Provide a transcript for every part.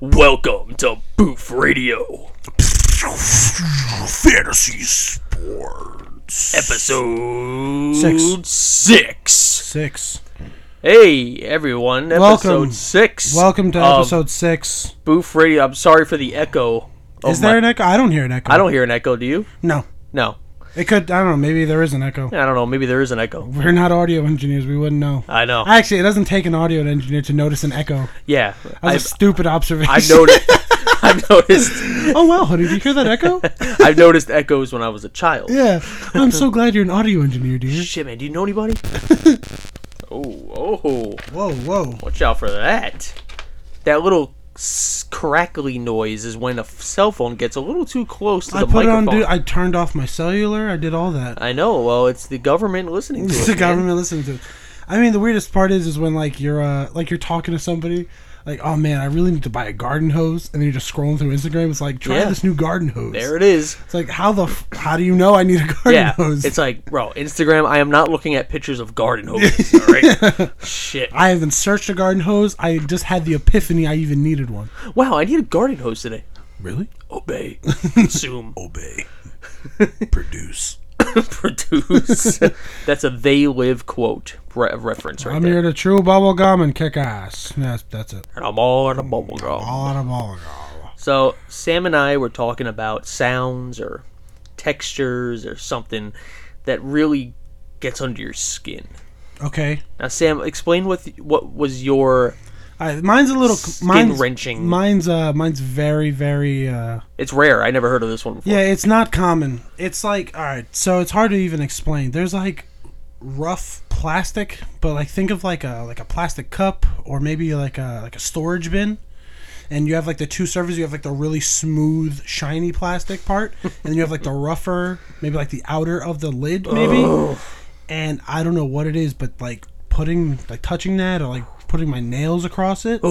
Welcome to Boof Radio, Fantasy sports. episode Six. six. Six. Hey everyone, episode Welcome. six. Welcome to of episode six. Boof Radio. I'm sorry for the echo. of Is there oh my- an echo? I don't hear an echo. I don't hear an echo. Do you? No. No. It could. I don't know. Maybe there is an echo. I don't know. Maybe there is an echo. We're not audio engineers. We wouldn't know. I know. Actually, it doesn't take an audio engineer to notice an echo. yeah. That's a I've, stupid observation. I've noticed. I've noticed. oh wow, honey, did you hear that echo? I've noticed echoes when I was a child. yeah. I'm so glad you're an audio engineer, dear. Shit, man. Do you know anybody? oh, oh. Whoa, whoa. Watch out for that. That little s- crackly noise is when a f- cell phone gets a little too close to I the put it on. microphone. Do I turned off my cellular. I did all that. I know. Well, it's the government listening to It's it. the man. government listening to it. I mean, the weirdest part is, is when like you're uh, like you're talking to somebody, like, oh man, I really need to buy a garden hose, and then you're just scrolling through Instagram. It's like, try Yeah. this new garden hose. There it is. It's like, how the f- how do you know I need a garden Yeah. hose? It's like, bro, Instagram, I am not looking at pictures of garden hoses, all right? Shit. I haven't searched a garden hose. I just had the epiphany I even needed one. Wow, I need a garden hose today. Really? Obey. Consume. Obey. Produce. Produce. That's a they live quote re- reference right I'm there. here to chew bubble gum and kick ass. That's that's it. And I'm all in a bubble gum. All out of bubble gum. So Sam and I were talking about sounds or textures or something that really gets under your skin. Okay. Now, Sam, explain what what was your. All right, mine's a little Skin mine's, wrenching. Mine's uh mine's very very uh It's rare. I never heard of this one before. Yeah, it's not common. It's like all right, so it's hard to even explain. There's like rough plastic, but like think of like a like a plastic cup or maybe like a like a storage bin. And you have like the two surfaces. You have like the really smooth, shiny plastic part, and then you have like the rougher, maybe like the outer of the lid, maybe. And I don't know what it is, but like putting, like touching that, or like putting my nails across it,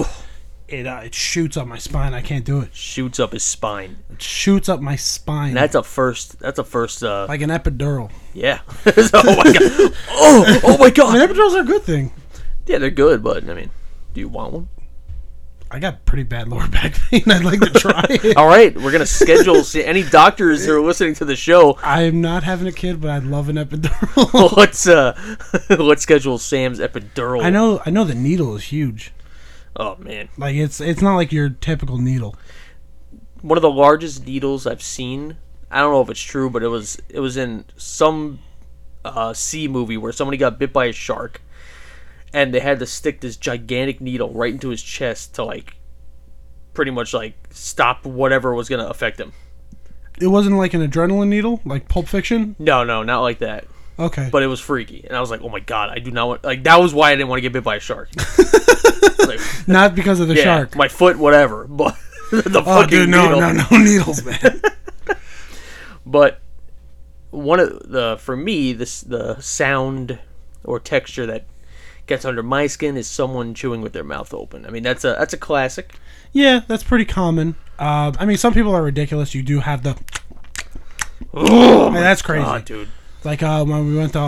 it uh, it shoots up my spine. I can't do it. Shoots up his spine. It shoots up my spine. That's a first. That's a first. Uh, Like an epidural. yeah. So, oh my god. Oh, oh my I mean, god. epidurals are a good thing. Yeah, they're good, but I mean, do you want one? I got pretty bad lower back pain. I'd like to try it. All right, we're gonna schedule see, any doctors who are listening to the show. I'm not having a kid, but I'd love an epidural. Let's uh, let's schedule Sam's epidural. I know. I know the needle is huge. Oh man. Like it's it's not like your typical needle. one of the largest needles I've seen. I don't know if it's true, but it was it was in some uh, sea movie where somebody got bit by a shark, and they had to stick this gigantic needle right into his chest to like, pretty much like stop whatever was gonna affect him. It wasn't like an adrenaline needle, like Pulp Fiction. No, no, not like that. Okay, But it was freaky, and I was like, oh my god, I do not want like that was why I didn't want to get bit by a shark. like, not because of the yeah, shark. my foot, whatever, but the Oh, fucking dude, no, needle. no, no needles, man. But one of the for me this the sound or texture that gets under my skin is someone chewing with their mouth open. I mean that's a that's a classic. yeah, that's pretty common. Uh, I mean, some people are ridiculous. You do have the. Hey, that's crazy. Oh God, dude. Like uh, when we went to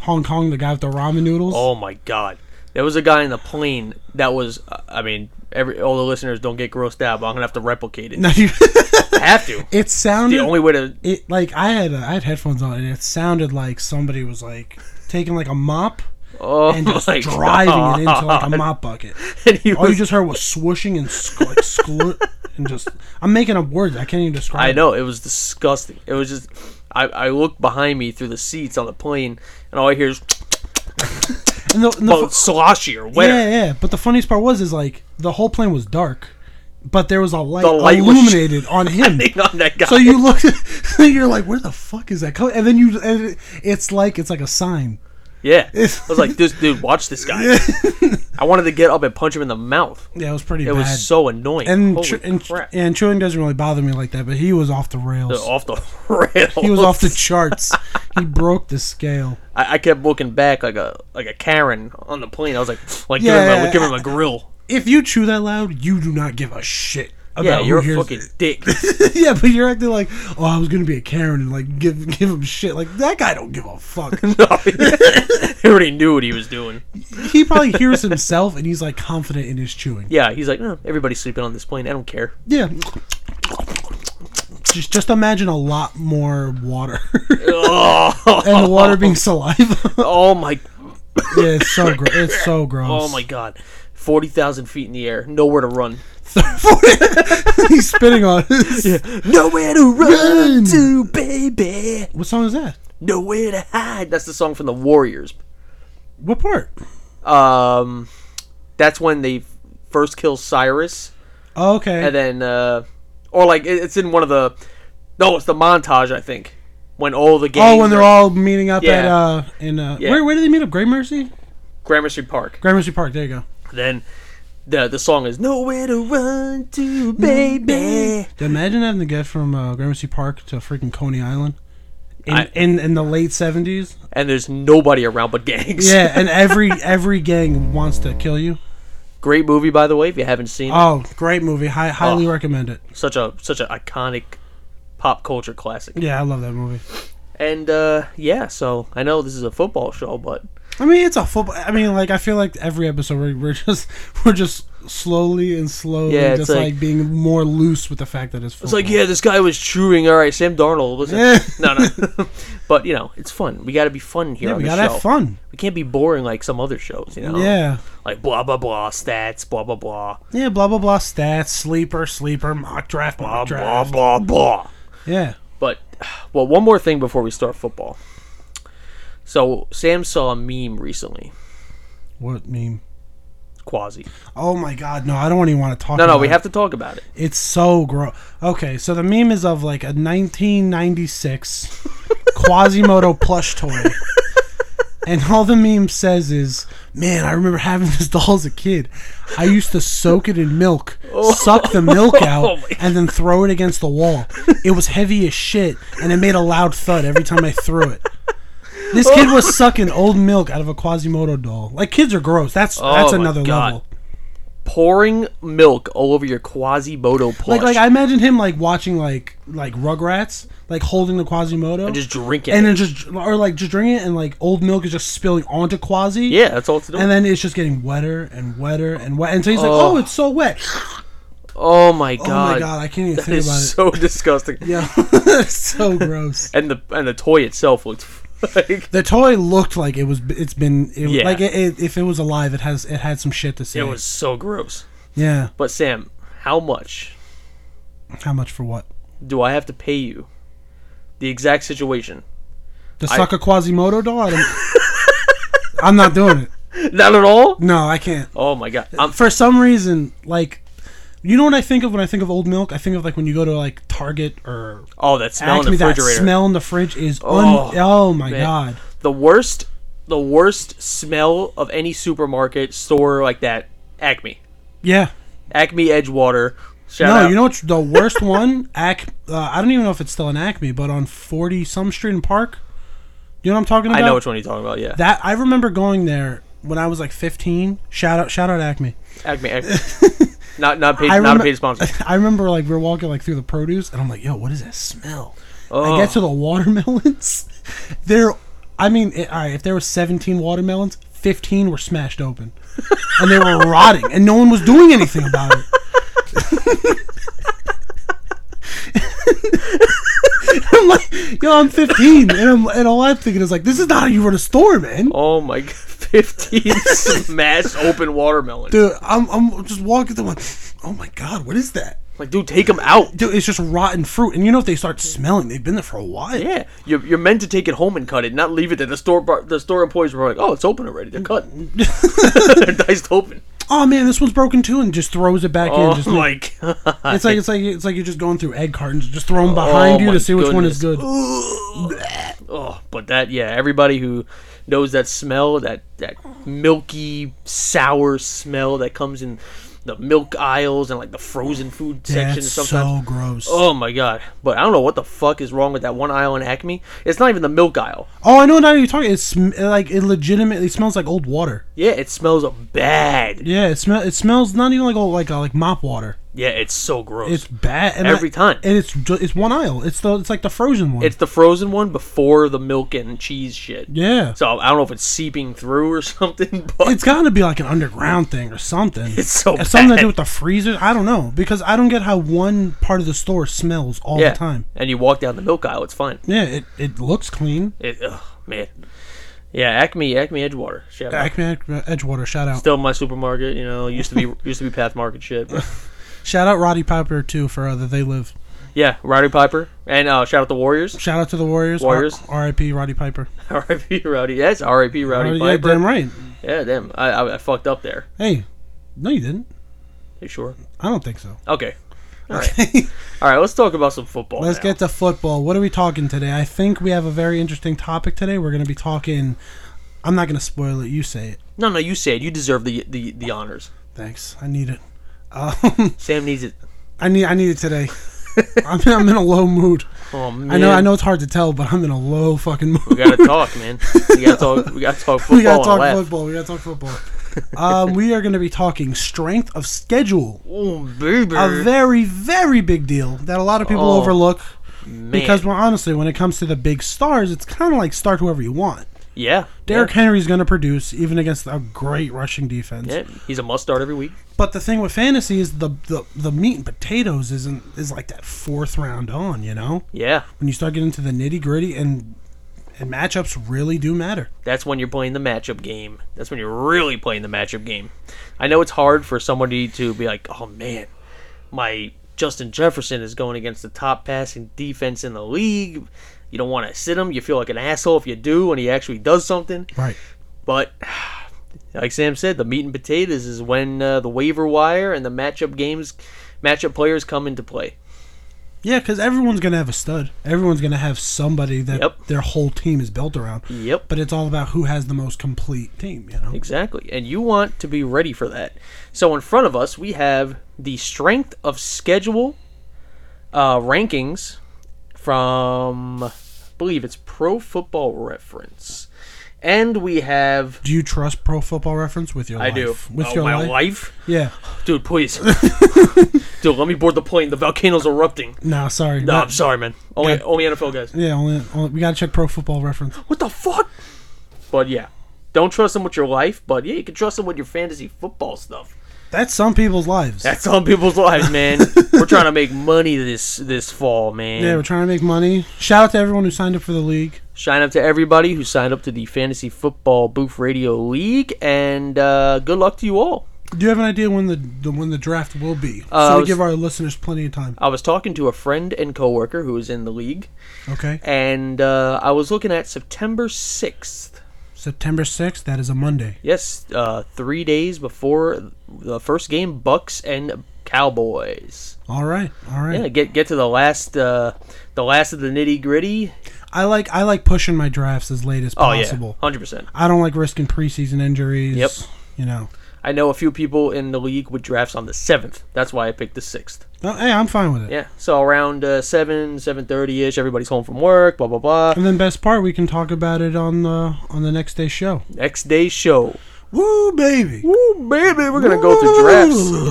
Hong Kong, the guy with the ramen noodles. Oh my god. There was a guy in the plane that was uh, I mean every all the listeners don't get grossed out, but I'm going to have to replicate it. No, you- I have to. it sounded The only way to it like I had uh, I had headphones on and it sounded like somebody was like taking like a mop oh and just my driving god. it into like a mop bucket. and he All you was- just heard was swooshing and sc- like sclu- and just I'm making up words I can't even describe. I know it was disgusting. It was just I, I looked behind me through the seats on the plane and all I hear is it. And the, and the well, fu- sloshy or wetter. yeah, yeah. But the funniest part was is like the whole plane was dark, but there was a light, The light was sh- illuminated on him. on that guy. So you look, you're like, where the fuck is that coming? And then you, and it- it's like it's like a sign. yeah. I was like, this dude, watch this guy. I wanted to get up and punch him in the mouth. Yeah, it was pretty It bad. was so annoying. and Holy chew- and, crap. and chewing doesn't really bother me like that, but he was off the rails. off the rails. he was off the charts. he broke the scale. I, I kept looking back like a like a Karen on the plane. I was like, like Yeah, give him a yeah, give him a grill. If you chew that loud, you do not give a shit about yeah, you're a who hears fucking dick. yeah, but you're acting like, oh, I was gonna be a Karen and like give give him shit. Like that guy don't give a fuck. he already knew what he was doing. he probably hears himself and he's like confident in his chewing. Yeah, he's like, oh, everybody's sleeping on this plane. I don't care. Yeah. Just just imagine a lot more water Oh, and the water being saliva. oh my, yeah, it's so gross. It's so gross. oh my God, forty thousand feet in the air, nowhere to run. he's spitting on. us. Nowhere to Run! to, baby. What song is that? Nowhere to hide. That's the song from the Warriors. What part? Um, that's when they first kill Cyrus, Oh, okay. and then, uh, or like it- it's in one of the, no, it's the montage I think, when all the gangs. oh, when they're are- all meeting up at Yeah. uh in uh Yeah. where where do they meet up? Grey Mercy. Gramercy Park. Gramercy Park. There you go. Then the the song is nowhere to run to, baby. Imagine having to get from uh, Gramercy Park to freaking Coney Island in I- in, in the late seventies. And there's nobody around but gangs. Yeah, and every every gang wants to kill you. Great movie by the way. If you haven't seen, it. Oh, great movie! Hi, highly Oh. recommend it. such a such an iconic pop culture classic. Yeah, I love that movie. And uh, yeah, so I know this is a football show, but I mean, it's a football. I mean, like I feel like every episode we're, we're just we're just slowly and slowly Yeah, it's just like, like- being more loose with the fact that it's it's football. like yeah, this guy was chewing. All right, Sam Darnold was Yeah. no no, but you know it's fun. We got to be fun here yeah, on we the gotta show. have fun. We can't be boring like some other shows, you know. Yeah, Like blah blah blah stats, blah blah blah yeah. Blah blah blah. Stats, sleeper, sleeper, mock draft, mock blah blah draft. blah blah. Yeah. But well, one more thing before we start football. So Sam saw a meme recently, What meme? Quasi. Oh my god, no! I don't even want to talk. No, no, about we it. have to talk about it. It's so gross. Okay, so the meme is of like a 1996 Quasimodo plush toy. And all the meme says is, "Man, I remember having this doll as a kid. I used to soak it in milk, suck the milk out, Oh. my and then throw it against the wall. It was heavy as shit, and it made a loud thud every time I threw it." This kid was sucking old milk out of a Quasimodo doll. Like kids are gross. That's that's Oh my another God. level. Pouring milk all over your Quasimodo plush. Like, like I imagine him like watching like like Rugrats, like holding the Quasimodo, and just drinking. and it. then just or like just drinking it, and like old milk is just spilling onto Quasi. yeah, that's all it's doing. And then it's just getting wetter and wetter and wet until he's like, Oh. "Oh, it's so wet! oh my Oh my god, god, I can't even that think is about it." so disgusting. Yeah, it's so gross. And the and the toy itself looked like The toy looked like it was. It's been it, Yeah. like it, it, if it was alive, it has it had some shit to say. it was so gross. Yeah. But Sam, how much How much for what? do I have to pay you? The exact situation. To suck a Quasimodo doll? I don't, I'm not doing it. Not at all. No, I can't. Oh my god. I'm, Um, for some reason, like, you know what I think of when I think of old milk? I think of like when you go to like Target or oh, that smell in the Acme. That refrigerator. smell in the fridge is Oh, un- oh my man. god. the worst the worst smell of any supermarket store like that acme Yeah. acme edgewater shout No, out you know what's the worst one? Ac- uh, I don't even know if it's still in Acme, but on forty some street in Park. You know what I'm talking i about? know which one you're talking about yeah that I remember going there when I was like 15. Shout out, shout out Acme. acme acme not not paid I not a remem- paid sponsor I remember like we were walking like through the produce, and I'm like, "Yo, what is that smell?" Oh. I get to the watermelons. They're, I mean, it, all right. If there were 17 watermelons, 15 were smashed open, and they were rotting, and no one was doing anything about it. I'm like, yo, I'm 15, and I'm, and all I'm thinking is like, this is not how you run a store, man. oh my god 15 smashed open watermelon Dude, I'm, I'm just walking through. Like, oh my god, what is that? like dude take them out Dude, it's just rotten fruit, and you know if they start smelling, they've been there for a while. yeah you're, you're meant to take it home and cut it not leave it there the store bar, the store employees were like oh it's open already they're cut Mm-hmm. they're diced open Oh man, this one's broken too, and just throws it back in. oh Just my god it's like it's like it's like you're just going through egg cartons, just throw them Uh, behind Oh, you my to see which one is good. Oh, but that yeah, everybody who knows that smell, that that milky sour smell that comes in the milk aisles and like the frozen food section That's sometimes. so gross. Oh. Oh my god. But I don't know what the fuck is wrong with that one aisle in Acme. It's not even the milk aisle. Oh, I know now you're talking. It's sm- like it legitimately smells like old water. Yeah, it smells bad. Yeah, it smell it smells not even like old like uh, like mop water. Yeah, it's so gross. It's bad and Every I- time. and it's ju- it's one aisle. It's the it's like the frozen one. It's the frozen one before the milk and cheese shit. yeah, So I don't know if it's seeping through or something, but it's got to be like an underground thing or something. It's so It's something to bad. do with the freezer. I don't know because I don't get how one part of the store smells all yeah. the time. And you walk down the milk aisle, it's fine. Yeah, it, it looks clean. It, ugh, man. Yeah, Acme, Acme Edgewater. Shout out. Acme Edgewater, shout out, Still my supermarket, you know. Used to be used to be Path Market shit. but- shout out Roddy Piper too for uh, that they live. yeah, Rowdy Piper and uh, shout out the Warriors. Shout out to the Warriors. Warriors. R- R.I.P. Roddy Piper. Uh, R.I.P. Rowdy. Yes, R.I.P. Rowdy yeah, Piper. damn right. Yeah, damn. I, I, I fucked up there. Hey, no, you didn't. You sure? I don't think so. Okay. All right. All right. Let's talk about some football. Let's now. get to football. What are we talking today? I think we have a very interesting topic today. We're going to be talking. I'm not going to spoil it. You say it. No, no. You said you deserve the the, the honors. Thanks. I need it. Um, Sam needs it. I need. I need it today. I'm, I'm in a low mood. Oh man. I know. I know it's hard to tell, but I'm in a low fucking mood. We gotta talk, man. We gotta talk. We gotta talk football. we gotta talk and laugh. football. We gotta talk football. um, we are going to be talking strength of schedule, Oh baby. a very, very big deal that a lot of people Oh, overlook. man. Because well, honestly, when it comes to the big stars, it's kind of like start whoever you want. yeah, Derrick yeah, Henry's going to produce even against a great rushing defense. yeah, he's a must start every week. But the thing with fantasy is the, the the meat and potatoes isn't is like that fourth round on. You know, Yeah, when you start getting into the nitty gritty and and matchups really do matter. that's when you're playing the matchup game. That's when you're really playing the matchup game. I know it's hard for somebody to be like, oh man, my Justin Jefferson is going against the top passing defense in the league. You don't want to sit him. You feel like an asshole if you do, and he actually does something. Right. But like Sam said, the meat and potatoes is when uh, the waiver wire and the matchup games, matchup players come into play. Yeah, because everyone's going to have a stud. Everyone's going to have somebody that Yep. their whole team is built around. Yep. But it's all about who has the most complete team. You know. Exactly. And you want to be ready for that. So in front of us, we have the strength of schedule uh, rankings from, I believe it's Pro Football Reference. And we have. Do you trust Pro Football Reference with your I life? do. With oh, your my life? life? Yeah. Dude, please. Dude, let me board the plane. The volcano's erupting. No, sorry. No, Not- I'm sorry, man. Only, Yeah. only NFL guys. Yeah, only, only we gotta check Pro Football Reference. What the fuck? But yeah. Don't trust them with your life, but yeah, you can trust them with your fantasy football stuff. That's some people's lives. That's on people's lives, man. we're trying to make money this this fall, man. yeah, we're trying to make money. Shout out to everyone who signed up for the league. Sign up to everybody who signed up to the Fantasy Football Booth Radio League, and uh, good luck to you all. Do you have an idea when the, the when the draft will be? Uh, I so we was- give our listeners plenty of time. I was talking to a friend and coworker who is in the league, Okay, and uh, I was looking at September sixth. September sixth. That is a Monday. Yes, uh, three days before the first game, Bucks and Cowboys. All right, all right. Yeah, get get to the last uh, the last of the nitty gritty. I like I like pushing my drafts as late as Oh possible. yeah, hundred percent. I don't like risking preseason injuries. Yep. You know. I know a few people in the league with drafts on the seventh. That's why I picked the sixth. No, hey, I'm fine with it. Yeah, so around uh, seven, seven thirty ish, everybody's home from work. Blah blah blah. And then best part, we can talk about it on the on the next day's show. Next day's show. Woo, baby. Woo, baby, we're gonna go through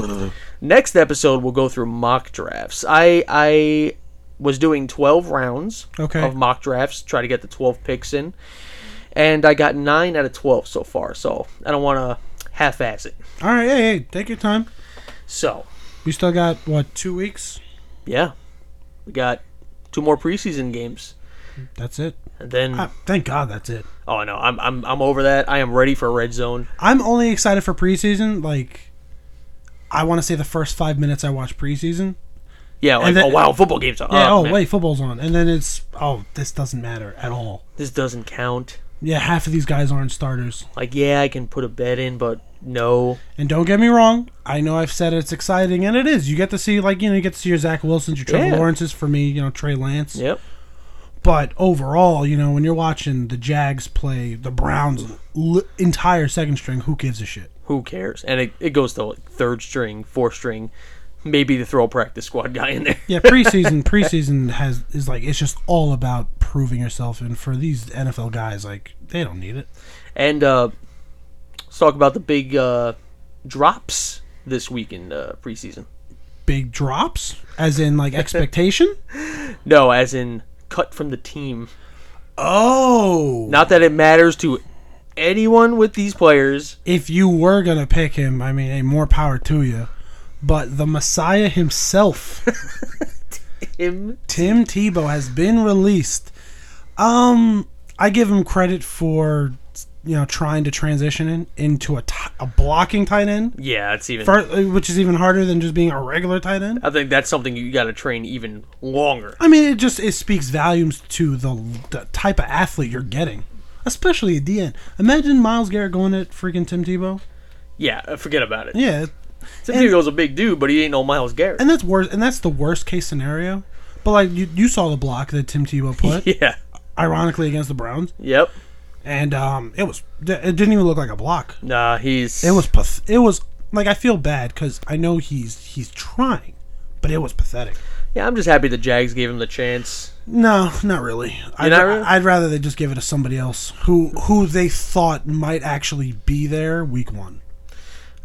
drafts. Next episode, we'll go through mock drafts. I I was doing twelve rounds Okay. of mock drafts, try to get the twelve picks in, and I got nine out of twelve so far. So I don't want to half-ass it. All right, hey, hey, take your time. So We still got what two weeks? yeah, we got two more preseason games, That's it. and then. Ah, thank God, that's it. Oh no, I'm I'm I'm over that. I am ready for red zone. I'm only excited for preseason. Like, I want to say the first five minutes I watch preseason. Yeah, like then- oh wow, football games. Are, Yeah. oh, Oh, man. wait, football's on, and then it's oh, this doesn't matter at all. this doesn't count. Yeah, half of these guys aren't starters. Like yeah, I can put a bet in, but no, And don't get me wrong, I know I've said it's exciting, and it is. You get to see like you know you get to see your Zach Wilson's, your Trevor Yeah. Lawrence's for me, you know Trey Lance. yep, But overall, you know when you're watching the Jags play the Browns l- entire second string, who gives a shit? who cares? And it, it goes to like third string, fourth string, maybe the throw practice squad guy in there. Yeah, preseason preseason has is like it's just all about proving yourself, and for these NFL guys, like they don't need it. And uh, let's talk about the big uh, drops this week in uh, preseason. big drops, as in like expectation. No, as in cut from the team. oh, Not that it matters to anyone with these players. if you were gonna pick him, I mean, hey, more power to you. But the Messiah himself, Him, Tim Tebow, has been released. Um, I give him credit for you know trying to transition in, into a ti- a blocking tight end, yeah, it's even. fir- which is even harder than just being a regular tight end. I think that's something you got to train even longer. I mean, it just it speaks volumes to the, the type of athlete you're getting, especially at the end. Imagine Miles Garrett going at freaking Tim Tebow. Yeah, uh, forget about it. Yeah, Tim Tebow's a big dude, but he ain't no Miles Garrett. and that's worse. And that's the worst case scenario. But like you, you saw the block that Tim Tebow put, yeah. ironically against the Browns, Yep. and um, it was it didn't even look like a block. Nah, he's. It was path- it was like I feel bad because I know he's he's trying, but it was pathetic. Yeah, I'm just happy the Jags gave him the chance. No, not really. I'd, not really? I'd rather they just give it to somebody else who who they thought might actually be there week one.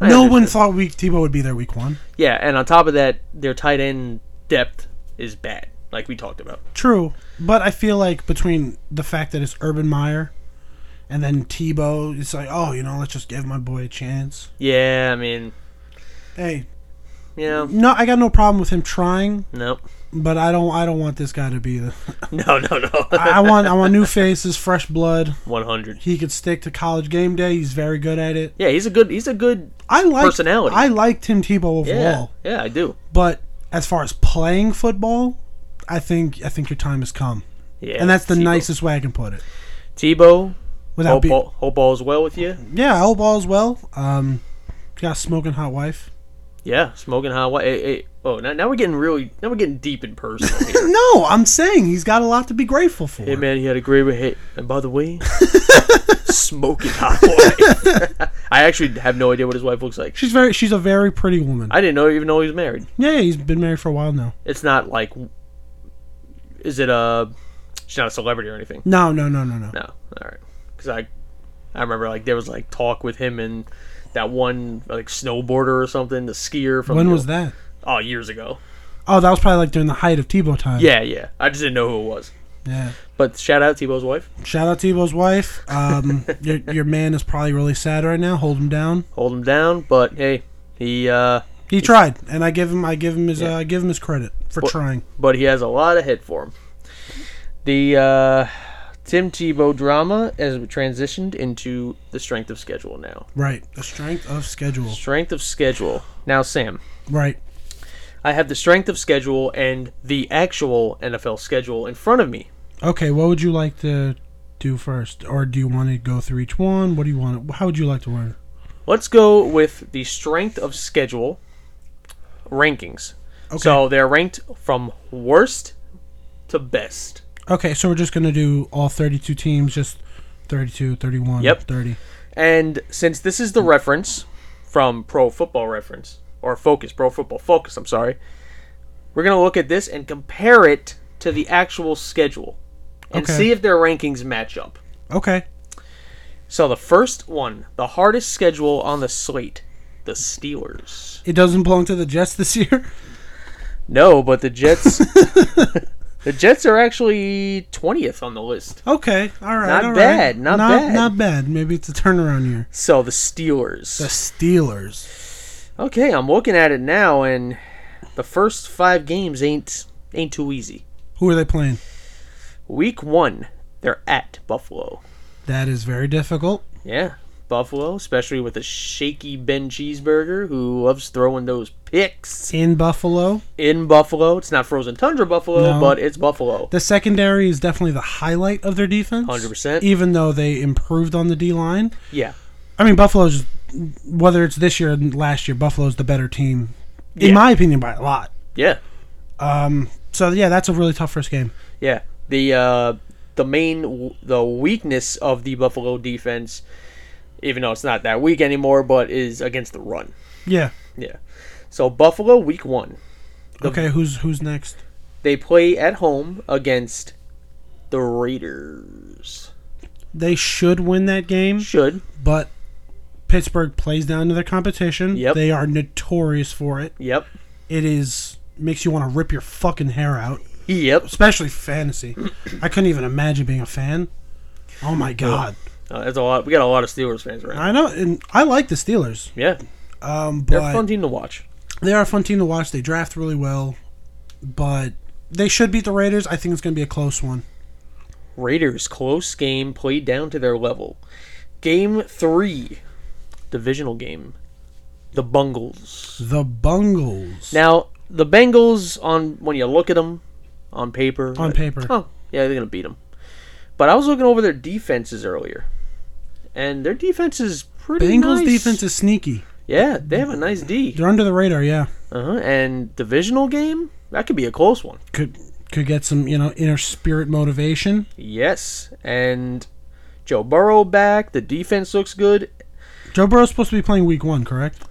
I no one understand. thought week Tebow would be there week one. Yeah, and on top of that, their tight end depth is bad, like we talked about. True, but I feel like between the fact that it's Urban Meyer and then Tebow, it's like, oh, you know, let's just give my boy a chance. Yeah, I mean, Hey, you know, no, I got no problem with him trying, no, but I don't, I don't want this guy to be the. no, no, no. I, I want, I want new faces, fresh blood. One hundred. He could stick to college game day. He's very good at it. Yeah, he's a good. He's a good. I like Personality. I like Tim Tebow overall, Yeah, yeah, I do. but as far as playing football, I think I think your time has come, Yeah, and that's the Tebow. nicest way I can put it. Tebow. Without Hope being. all, hope all is well with you. Yeah, old ball as well. Um, got a smoking hot wife. Yeah, smoking hot. What? Hey, hey, oh, now, now we're getting really. Now we're getting deep in personal. here. No, I'm saying he's got a lot to be grateful for. hey man, he had a great hit. And by the way, smoking hot boy. I actually have no idea what his wife looks like. She's very, she's a very pretty woman. I didn't know even know he was married. yeah, he's been married for a while now. It's not like. Is it a? She's not a celebrity or anything. No, no, no, no, no. No, all right. Because I, I remember like there was like talk with him and that one like snowboarder or something, the skier from when was that? Oh, years ago. Oh, that was probably like during the height of Tebow time. Yeah, yeah. I just didn't know who it was. yeah. But shout out Tebow's wife. Shout out Tebow's wife. Um, your your man is probably really sad right now. Hold him down. Hold him down, but hey, he uh, He tried, and I give him, I give him his, Yeah. uh, I give him his credit for trying. but he has a lot of hit for him. The uh, Tim Tebow drama has transitioned into the strength of schedule now. Right, the strength of schedule. Strength of schedule now, Sam. Right. I have the strength of schedule and the actual NFL schedule in front of me. Okay, what would you like to do first, or do you want to go through each one? What do you want? How would you like to learn? Let's go with the strength of schedule rankings. So they're ranked from worst to best. Okay, so we're just going to do all 32 teams, just 32, 31, Yep. 30. And since this is the reference from Pro Football Reference or Focus, Pro Football Focus, I'm sorry, we're going to look at this and compare it to the actual schedule and Okay. see if their rankings match up. Okay. So the first one, the hardest schedule on the slate, the Steelers. It doesn't belong to the Jets this year. No, but the Jets. the Jets are actually twentieth on the list. Okay, all right. Not all right. bad, not bad. Not bad. Maybe it's a turnaround year. So the The Steelers. Steelers. Okay, I'm looking at it now, and the first five games ain't ain't too easy. Who are they playing? Week one, they're at Buffalo. That is very difficult. Yeah, Buffalo, especially with a shaky Ben Cheeseburger who loves throwing those picks In Buffalo, in Buffalo. It's not frozen tundra Buffalo, No. but it's Buffalo. the secondary is definitely the highlight of their defense. 100%. Even though they improved on the D line, Yeah, I mean, Buffalo's whether it's this year and last year, Buffalo's the better team, Yeah. in my opinion, by a lot. yeah. Um, so yeah, that's a really tough first game. Yeah, the uh, the main the weakness of the Buffalo defense, even though it's not that weak anymore, but is against the run. Yeah. Yeah, so Buffalo week one, Okay, who's who's next? they play at home against the Raiders. They should win that game, Should but Pittsburgh plays down to their competition. Yep. They are notorious for it. yep It is makes you want to rip your fucking hair out, Yep. especially fantasy. I couldn't even imagine being a fan. Oh my god. Uh, that's a lot. We got a lot of Steelers fans around. I know and I like the Steelers. Yeah, Um they're but a fun team to watch. they are a fun team to watch. They draft really well, but they should beat the Raiders. I think it's going to be a close one. Raiders close game played down to their level. Game three, divisional game, the Bungles. The Bungles. Now the Bengals on when you look at them on paper. On paper. Oh yeah, they're gonna beat them. But I was looking over their defenses earlier, and their defense is pretty. Bengals nice. defense is sneaky. Yeah, they have a nice D. They're under the radar, yeah. Uh-huh. And divisional game that could be a close one. Could could get some, you know, inner spirit motivation. Yes, and Joe Burrow back. The defense looks good. Joe Burrow's supposed to be playing week 1, correct?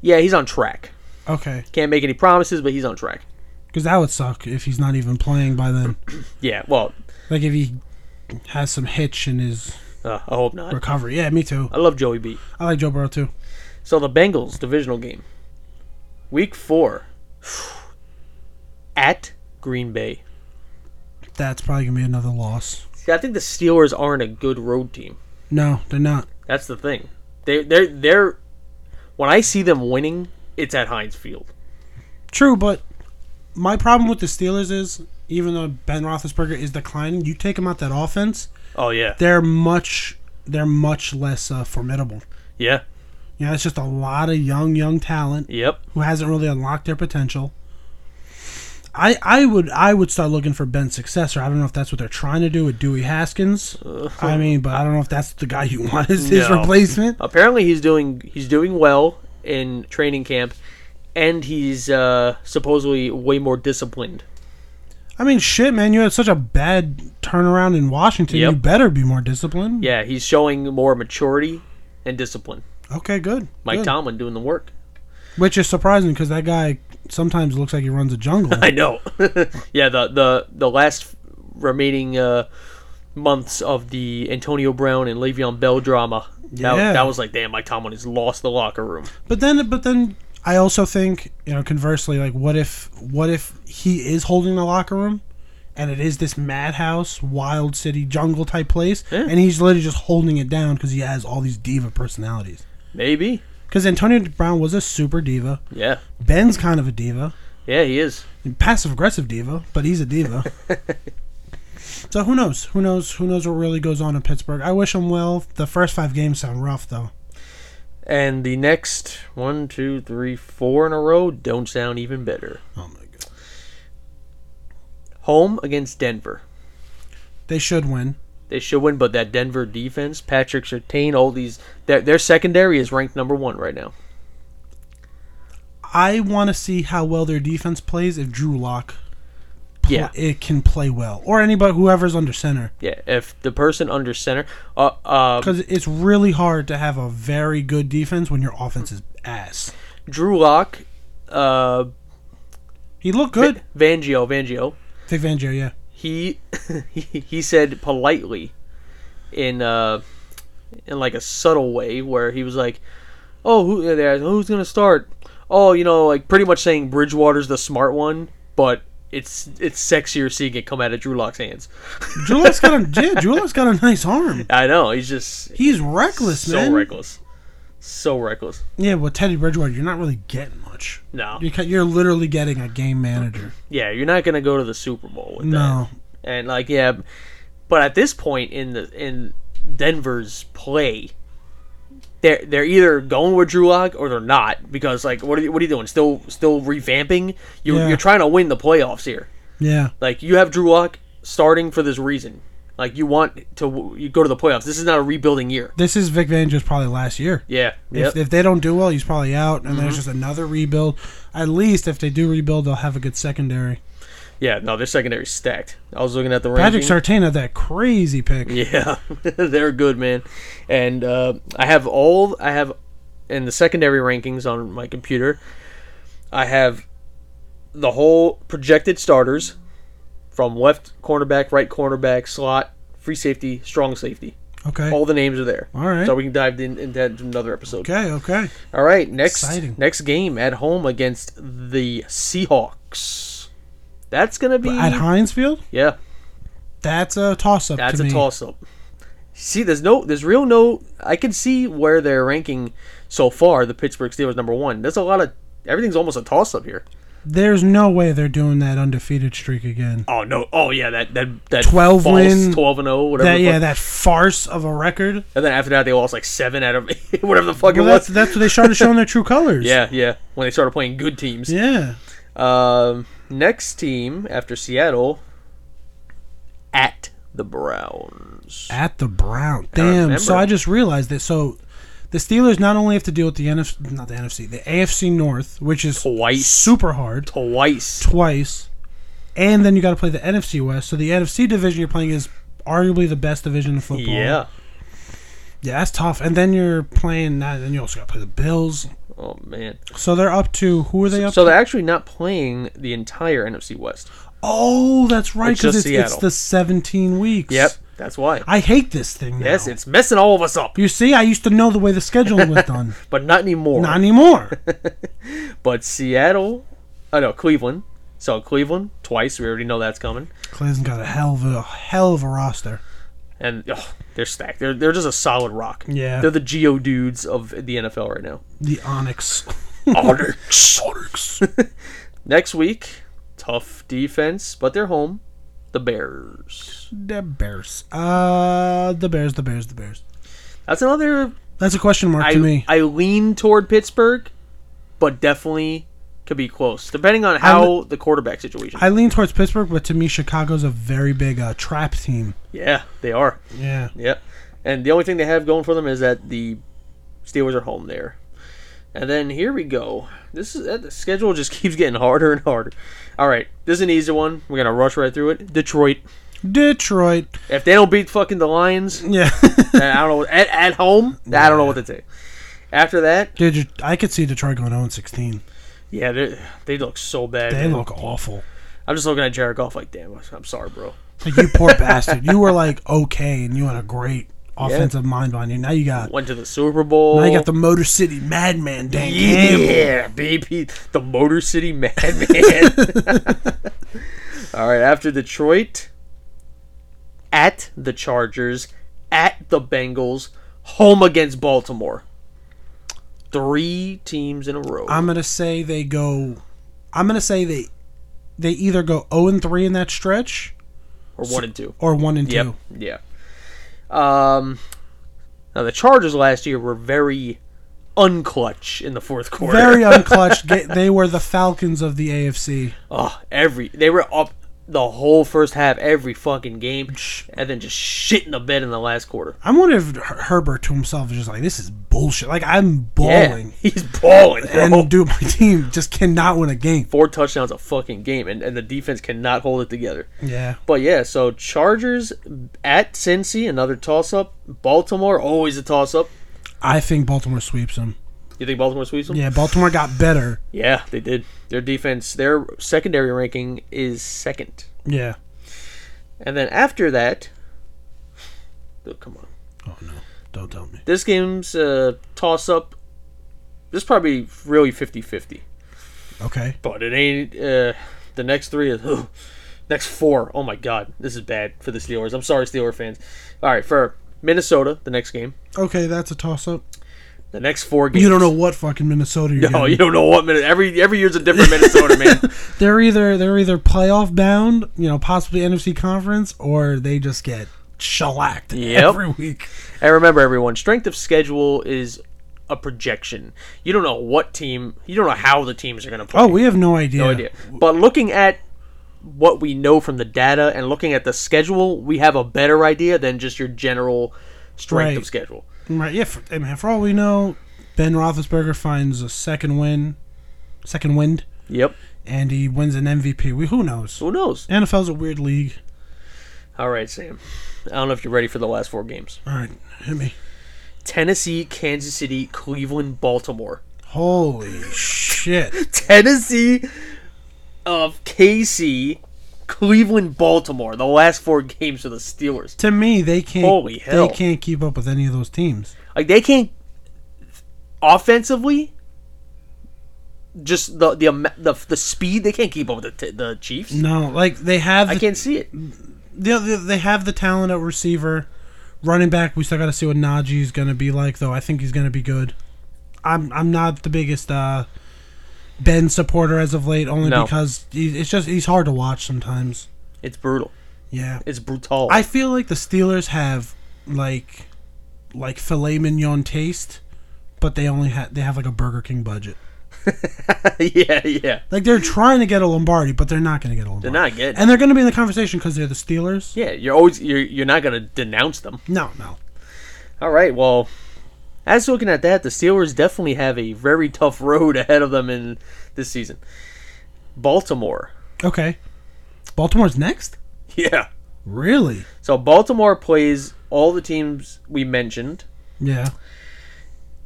Yeah, he's on track. Okay. Can't make any promises, but he's on track. Cuz that would suck if he's not even playing by then. Yeah, well, Like if he has some hitch in his uh, I hope not. recovery. Yeah, me too. I love Joey B. I like Joe Burrow too. So the Bengals divisional game, week four, at Green Bay. That's probably going to be another loss. See, I think the Steelers aren't a good road team. No, they're not. That's the thing. They they're they're when I see them winning, it's at Heinz Field. True, but my problem with the Steelers is even though Ben Roethlisberger is declining, you take him out that offense, Oh yeah, they're much they're much less uh, formidable. yeah, You know, it's just a lot of young young talent yep. who hasn't really unlocked their potential. I, I would I would start looking for Ben's successor. I don't know if that's what they're trying to do with Dewey Haskins. I mean, but I don't know if that's the guy you want as his No. replacement. Apparently he's doing he's doing well in training camp, and he's uh, supposedly way more disciplined. I mean, shit, man, you had such a bad turnaround in Washington. You Yep. better be more disciplined. Yeah, he's showing more maturity and discipline. Okay, good. Mike good. Tomlin doing the work. Which is surprising because that guy sometimes looks like he runs a jungle. I know. yeah, the the the last remaining uh, months of the Antonio Brown and Le'Veon Bell drama. Yeah. That, that was like, damn, Mike Tomlin has lost the locker room. but then, but then I also think you know, conversely, like, what if, what if he is holding the locker room, and it is this madhouse, wild city, jungle type place, Yeah. and he's literally just holding it down because he has all these diva personalities. Maybe. Because Antonio Brown was a super diva. Yeah. Ben's kind of a diva, Yeah, he is. passive aggressive diva, but he's a diva. so who knows? Who knows? Who knows what really goes on in Pittsburgh? I wish him well. The first five games sound rough though. And the next one, two, three, four in a row don't sound even better. Oh my god. Home against Denver. They should win. They should win, but that Denver defense, Patrick Sertain, all these, their, their secondary is ranked number one right now. I want to see how well their defense plays if Drew Lock Yeah. it can play well or anybody whoever's under center Yeah. If the person under center, uh, uh, because it's really hard to have a very good defense when your offense is ass. Drew Lock, uh, He looked good. Vangio, Vangio, Vic Fangio, yeah. he he said politely in uh in like a subtle way where he was like oh who they asked, who's gonna start oh you know like pretty much saying bridgewater's the smart one but it's it's sexier seeing it come out of drew lock's hands Drew Lock's got a yeah, Drew Lock's got a nice arm. i know he's just He's reckless, so man. reckless so reckless Yeah, well, Teddy Bridgewater, you're not really getting much. no You're, ca- you're literally getting a game manager. yeah you're not gonna go to the super bowl with that No, and like yeah but at this point in the in denver's play they're they're either going with drew lock or they're not because like what are you, what are you doing still still revamping you, Yeah. you're trying to win the playoffs here yeah, like you have drew lock starting for this reason like you want to you go to the playoffs this is not a rebuilding year this is Vic Fangio's probably last year. yeah If, if they don't do well, he's probably out, and Mm-hmm. there's just another rebuild. At least if they do rebuild, they'll have a good secondary. yeah no their secondary's stacked i was looking at the Patrick rankings. Sartain had that crazy pick. Yeah, they're good, man. And uh, I have all I have in the secondary rankings on my computer. I have the whole projected starters from left cornerback, right cornerback, slot, free safety, strong safety. Okay. All the names are there. All right. So we can dive in, into that to another episode. okay. Okay. All right, next Exciting. next game at home against the Seahawks. That's gonna be At Heinz Field, yeah. that's a toss up. That's to a me. toss up. See, there's no, there's real no. I can see where they're ranking so far. The Pittsburgh Steelers number one. There's a lot of everything's almost a toss up here. There's no way they're doing that undefeated streak again. Oh no! Oh yeah, that that that 12 false win- twelve and zero, whatever. That the yeah, fuck- that farce of a record. And then after that, they lost like seven out of whatever the fuck Well, it was. that's that's what they started showing their true colors. yeah, yeah. When they started playing good teams. Yeah. Um, next team after Seattle, at the Browns. At the Brown. Damn. So remember. I just realized that. So the Steelers not only have to deal with the NFC, not the NFC, the AFC North, which is Twice. super hard Twice. twice, and then you got to play the NFC West. So the NFC division you're playing is arguably the best division in football. Yeah. Yeah, that's tough. And then you're playing that, and you also got to play the Bills. Oh man. So they're up to who are they up? So to? they're actually not playing the entire NFC West. oh, that's right, It's because just it's, it's Seattle. the 17 weeks. that's why. I hate this thing. Now. Yes, it's messing all of us up, You see, I used to know the way the scheduling was done. but not anymore. Not anymore. but Seattle, oh no, Cleveland. So Cleveland twice. We already know that's coming. Clay's got a hell of a hell of a roster. And ugh, they're stacked. They're they're just a solid rock. Yeah. they're the Geo dudes of the NFL right now. The Onyx. Onyx. Onyx. Next week, tough defense, but they're home. The Bears. The Bears. Uh, the Bears. The Bears. The Bears. That's another. That's a question mark to I me. I lean toward Pittsburgh, but definitely could be close, depending on how the quarterback situation. I lean towards Pittsburgh, but to me, Chicago's a very big uh, trap team. yeah, they are. Yeah. Yeah. And the only thing they have going for them is that the Steelers are home there. And then here we go. This is the schedule just keeps getting harder and harder. All right, this is an easy one. We're gonna rush right through it. Detroit. Detroit. If they don't beat fucking the Lions, Yeah. then I don't know. At, at home, I don't know what to say. After that, Did you, I could see Detroit going 0 16. yeah, they they look so bad. They man. look awful. I'm just looking at Jared Goff like, damn, I'm sorry, bro. Like, you poor bastard. You were like okay, and you had a great offensive mind behind you. Now you got Went to the Super Bowl. now you got the Motor City Madman Dan Campbell. Yeah, baby. The Motor City Madman. All right, after Detroit, at the Chargers, at the Bengals, home against Baltimore. Three teams in a row. I'm gonna say they go. I'm gonna say they they either go 0 and 3 in that stretch or one and two. or 1 and Yep. 2. Yeah. Um, now, the Chargers last year were very unclutch in the fourth quarter. Very unclutched. Ga- they were the Falcons of the AFC. Oh, every they were up the whole first half, every fucking game, and then just shit in the bed in the last quarter. I wonder if Her- Herbert to himself is just like, this is bullshit. Like, I'm Yeah, balling. he's balling. Bro. And, dude, my team just cannot win a game. Four touchdowns a fucking game, and, and the defense cannot hold it together. Yeah. But yeah, so Chargers at Cincy, another toss up. Baltimore always a toss up. I think Baltimore sweeps them. You think Baltimore sweeps them? Yeah, Baltimore got better. yeah, they did. Their defense, their secondary ranking is second, Yeah. and then after that, oh, come on. Oh, no. Don't tell me. This game's a toss up. This is probably really 50 50. Okay. But it ain't. Uh, the next three is. oh, next four. Oh my God. This is bad for the Steelers. I'm sorry, Steeler fans. All right, for Minnesota, the next game. Okay, that's a toss up. The next four games. You don't know what fucking Minnesota you're No, getting. you don't know what minute. Every every year's a different Minnesota man. They're either they're either playoff bound, you know, possibly NFC conference, or they just get shellacked Yep. every week. And remember, everyone, strength of schedule is a projection. You don't know what team. You don't know how the teams are going to play. Oh, we have no idea. no idea. But looking at what we know from the data and looking at the schedule, we have a better idea than just your general strength of Right. schedule. Right. Yeah. For, I mean, for all we know, Ben Roethlisberger finds a second win, second wind, Yep. and he wins an MVP. We who knows? Who knows? NFL's a weird league. All right, Sam. I don't know if you're ready for the last four games. All right, hit me. Tennessee, Kansas City, Cleveland, Baltimore. Holy shit! Tennessee of KC, Cleveland, Baltimore. The last four games for the Steelers. To me, they can't. Holy hell. They can't keep up with any of those teams. Like they can't offensively. Just the the ama- the, the speed they can't keep up with the, t- the Chiefs. No, like they have. I The, can't see it. they- they- they have the talent at receiver, running back. We still got to see what Najee's going to be like, though. I think he's going to be good. I'm I'm not the biggest uh, Ben supporter as of late, only No. because he, it's just he's hard to watch sometimes. It's brutal. Yeah, It's brutal. I feel like the Steelers have like like filet mignon taste, but they only have they have like a Burger King budget. yeah, yeah. Like they're trying to get a Lombardi, but they're not going to get a Lombardi. They're not good. and they're going to be in the conversation because they're the Steelers. yeah, you're always you're you're not gonna denounce them. No, no. All right. Well, as looking at that, the Steelers definitely have a very tough road ahead of them in this season. Baltimore. Okay, Baltimore's next. Yeah. Really? So Baltimore plays all the teams we mentioned, Yeah.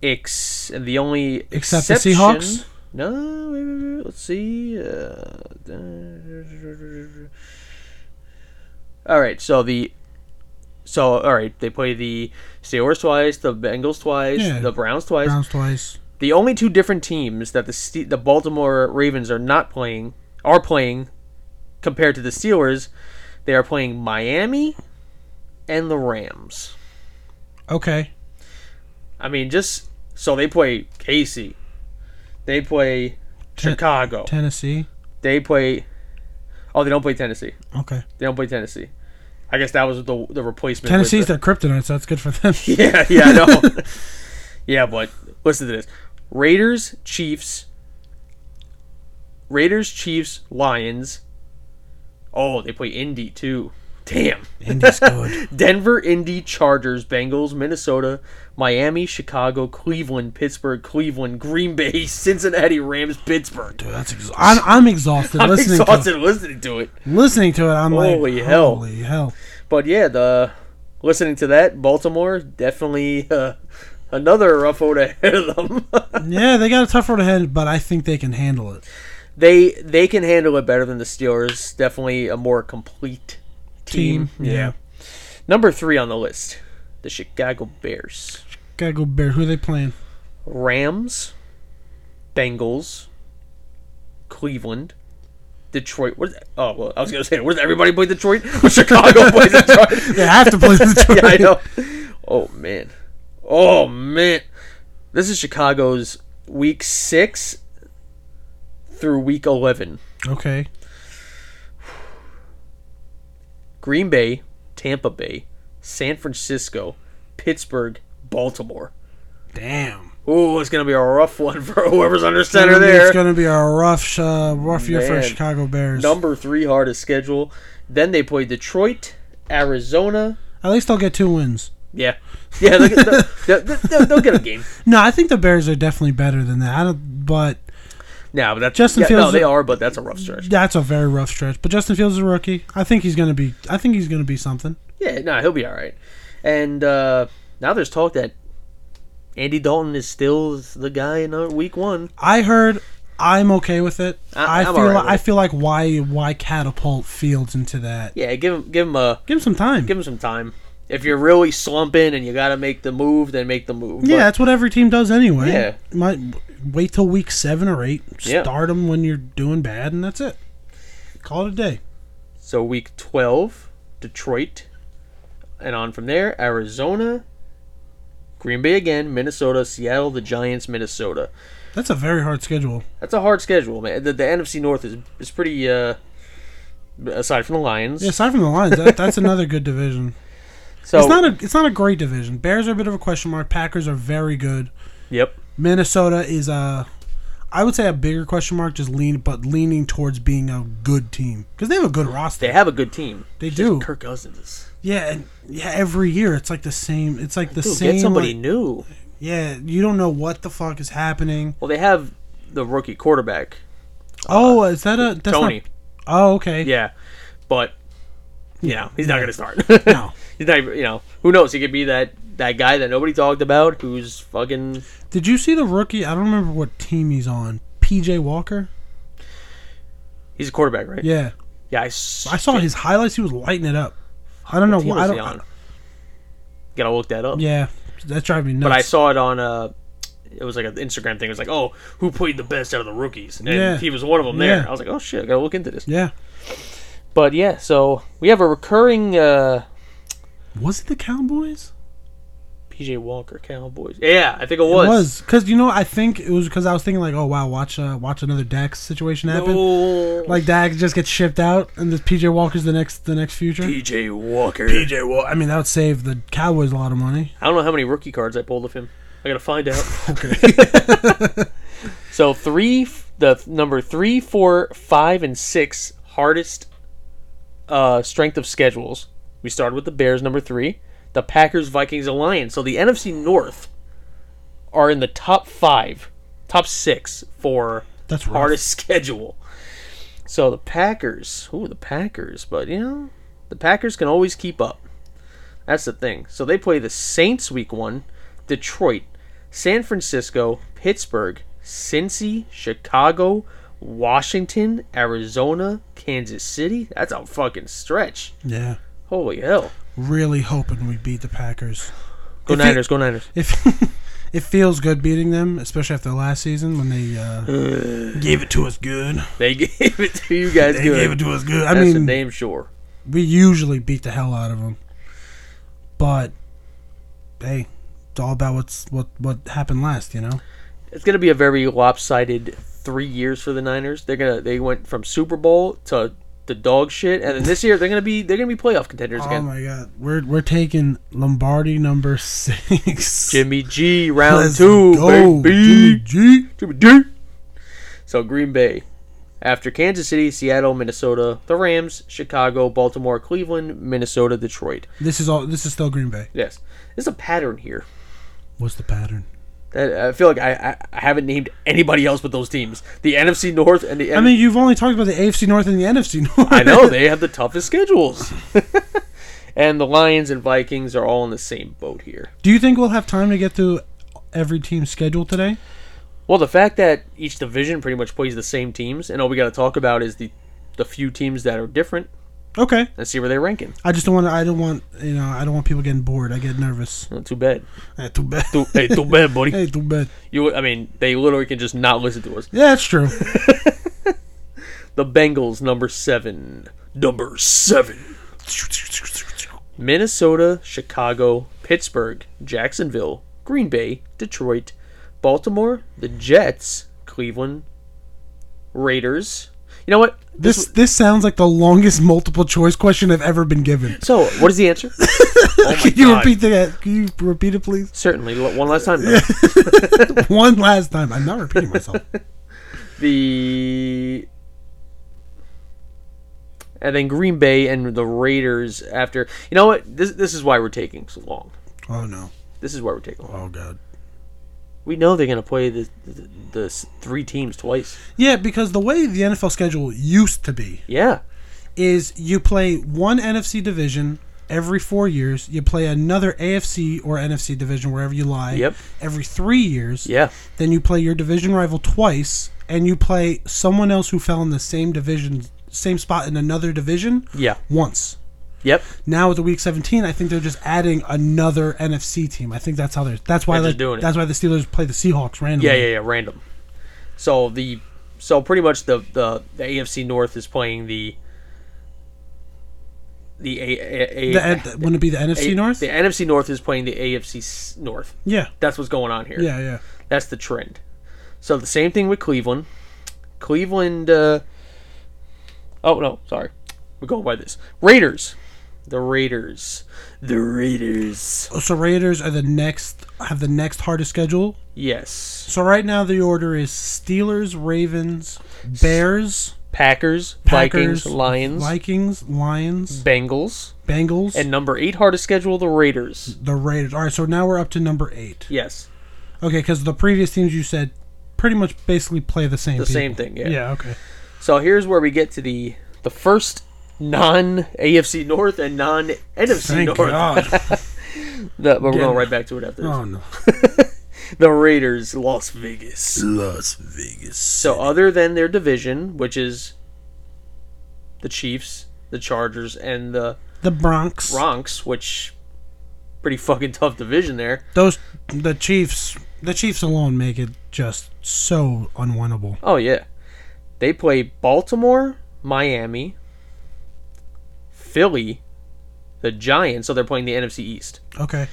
ex and the only Except the exception- Seahawks? No, wait, wait, wait, let's see. Uh, all right, so the so all right, they play the Steelers twice, the Bengals twice, Yeah. the Browns twice. Browns twice. The only two different teams that the Ste- the Baltimore Ravens are not playing are playing compared to the Steelers, they are playing Miami and the Rams. Okay. I mean, just so they play KC, they play Ten- Chicago, Tennessee. they play. Oh, they don't play Tennessee. Okay. They don't play Tennessee. I guess that was the the replacement. with Tennessee's the- their kryptonite, so that's good for them. yeah, yeah, I know. yeah, but listen to this: Raiders, Chiefs, Raiders, Chiefs, Lions. Oh, they play Indy too. Damn. Indy's good. Denver, Indy, Chargers, Bengals, Minnesota, Miami, Chicago, Cleveland, Pittsburgh, Cleveland, Green Bay, Cincinnati, Rams, Pittsburgh. Dude, that's ex- I'm, I'm exhausted. I'm listening exhausted listening to it. To it. Listening to it, I'm Holy like, hell. holy hell. But yeah, the listening to that, Baltimore definitely uh, another rough road ahead of them. Yeah, they got a tough road ahead, but I think they can handle it. they they can handle it better than the Steelers. Definitely a more complete team. Team, yeah. Number three on the list, the Chicago Bears, Gotta go Bears. Who are they playing? Rams, Bengals, Cleveland. Detroit. What is that? Oh, well, I was gonna say, where's everybody play Detroit? Chicago plays Detroit. They have to play Detroit. yeah, I know. Oh man. Oh man. This is Chicago's week six through week eleven. Okay. Green Bay, Tampa Bay, San Francisco, Pittsburgh, Baltimore. Damn. Ooh, it's gonna be a rough one for whoever's under center Gonna be- there. It's going to be a rough, sh- uh, rough year for Man. the Chicago Bears. Number three hardest schedule. Then they play Detroit, Arizona. At least they'll get two wins. Yeah, yeah, they'll, they'll- they'll- they'll- they'll get a game. No, I think the Bears are definitely better than that. I don't, but No, but that's Justin yeah, No, Fields- they are, but that's a rough stretch. that's a very rough stretch. But Justin Fields is a rookie. I think he's going to be. I think he's going to be something. Yeah, no, he'll be all right. And uh, now there's talk that Andy Dalton is still the guy in uh, week one. I heard. I'm okay with it. I- I, I'm feel. alright like, with I it. feel like why why catapult Fields into that? Yeah, give him give him a Give him some time. give him some time. If you're really slumping and you got to make the move, then make the move. Yeah, But that's what every team does anyway. Yeah. might wait till week seven or eight. Yeah. Start them when you're doing bad, and that's it. Call it a day. so week 12, Detroit, and on from there, Arizona, Green Bay again, Minnesota, Seattle, the Giants, Minnesota. That's a very hard schedule. That's a hard schedule, man. The, the NFC North is is pretty. Uh, aside from the Lions, Yeah, aside from the Lions, that, that's another good division. so It's not a it's not a great division. Bears are a bit of a question mark. Packers are very good. yep. Minnesota is uh I would say a bigger question mark, just lean, but leaning towards being a good team because they have a good roster. They have a good team. They It's do. Just Kirk Cousins is. yeah, and yeah. Every year, it's like the same. It's like the Dude, same. get somebody like- new. yeah, you don't know what the fuck is happening. Well, they have the rookie quarterback Oh, is that a that's Uh, Tony. Not, oh, okay. yeah, but you know he's not going to start. No. he's not. even- You know who knows? He could be that that guy that nobody talked about who's fucking. Did you see the rookie? I don't remember what team he's on. PJ Walker. He's a quarterback, right? Yeah. Yeah, I, s- I saw his highlights. He was lighting it up. I don't know What team why. I was don't. he on? Gotta look that up. yeah, that's driving me nuts. But I saw it on uh it was like an Instagram thing. It was like, oh, who played the best out of the rookies? And Yeah. he was one of them there. Yeah. I was like, oh shit, I gotta look into this. yeah, But yeah, so we have a recurring uh, was it the Cowboys? PJ Walker Cowboys. Yeah, I think it was. It was because you know I think it was because I was thinking like, oh wow, watch uh, watch another Dax situation happen. No. Like Dax just gets shipped out, and this PJ Walker's the next the next future. PJ Walker. PJ Walker. I mean, that would save the Cowboys a lot of money. I don't know how many rookie cards I pulled of him. I gotta find out. Okay. so three, f- the th- number three, four, five, and six hardest uh, strength of schedules. We started with the Bears, number three, the Packers, Vikings, and Lions. So the NFC North are in the top five, top six for That's rough. hardest schedule. So the Packers, ooh, the Packers, but you know, the Packers can always keep up. That's the thing. So they play the Saints week one, Detroit, San Francisco, Pittsburgh, Cincy, Chicago, Washington, Arizona, Kansas City. That's a fucking stretch. Yeah. Holy hell. Really hoping we beat the Packers. Go If it- Niners, go Niners. If it feels good beating them, especially after last season when they uh, gave it to us good. They gave it to you guys They good. gave it to us good. I That's the mean, name sure. we usually beat the hell out of them, but hey, it's all about what's what what happened last. You know. it's going to be a very lopsided three years for the Niners. They're gonna they went from Super Bowl to the dog shit, and then this year they're gonna be they're gonna be playoff contenders Oh again. my God, we're we're taking Lombardi number six. Jimmy G round Let's two, go, baby. Jimmy G. Jimmy G. So Green Bay, after Kansas City, Seattle, Minnesota, the Rams, Chicago, Baltimore, Cleveland, Minnesota, Detroit. This is all. This is still Green Bay. Yes, there's a pattern here. What's the pattern? That I feel like I, I, I haven't named anybody else but those teams. The NFC North and the I mean, you've only talked about the AFC North and the NFC North. I know they have the toughest schedules. and the Lions and Vikings are all in the same boat here. Do you think we'll have time to get through every team's schedule today? Well, the fact that each division pretty much plays the same teams, and all we got to talk about is the the few teams that are different Okay. and see where they rank in. I just don't want. I don't want. You know, I don't want people getting bored. I get nervous. Not too bad. Eh, too bad. Too, hey, too bad, buddy. Hey, too bad. You, I mean, they literally can just not listen to us. Yeah, that's true. The Bengals, number seven. Number seven. Minnesota, Chicago, Pittsburgh, Jacksonville, Green Bay, Detroit, Baltimore, the Jets, Cleveland, Raiders. You know what? This this sounds like the longest multiple choice question I've ever been given. So, what is the answer? Oh Can you repeat that? Can you repeat it, please? Certainly, l- one last time. though. One last time. I'm not repeating myself. the and then Green Bay and the Raiders after. You know what? This this is why we're taking so long. Oh no. This is why we're taking long. Oh god. We know they're going to play the, the the s- three teams twice. Yeah, because the way the NFL schedule used to be Yeah. is you play one NFC division every four years. You play another AFC or NFC division wherever you lie. Yep. Every three years. Yeah. Then you play your division rival twice, and you play someone else who fell in the same division, same spot in another division. Yeah. Once. Yep. Now with the week 17, I think they're just adding another NFC team. I think that's how they're. That's why They're they just doing it. That's why the Steelers play the Seahawks randomly. Yeah, yeah, yeah, random. So the so pretty much the the, the AFC North is playing the the a, a, The, N- wouldn't it be the NFC A- North? The NFC North is playing the AFC s- North. yeah, That's what's going on here. yeah, yeah. That's the trend. So the same thing with Cleveland. Cleveland. Uh, oh no, sorry. We're going by this. Raiders. The Raiders. The Raiders. Oh, So Raiders are the next have the next hardest schedule. Yes. So right now the order is Steelers, Ravens, Bears, Packers. Packers, Vikings. Lions. Vikings, Lions, Bengals. Bengals, And number eight hardest schedule, the Raiders. the Raiders. All right, so now we're up to number eight. Yes. Okay, because the previous teams you said pretty much basically play the same. The people. same thing, yeah. Yeah. Okay. So here's where we get to the the first non AFC North and non NFC Thank North. God. The- but we're Again. going right back to it after this. oh no. The Raiders, Las Vegas. Las Vegas. So other than their division, which is the Chiefs, the Chargers, and the The Bronx. Bronx, which pretty fucking tough division there. Those the Chiefs. The Chiefs alone make it just so unwinnable. Oh yeah, they play Baltimore, Miami, Philly, the Giants. So they're playing the NFC East. Okay.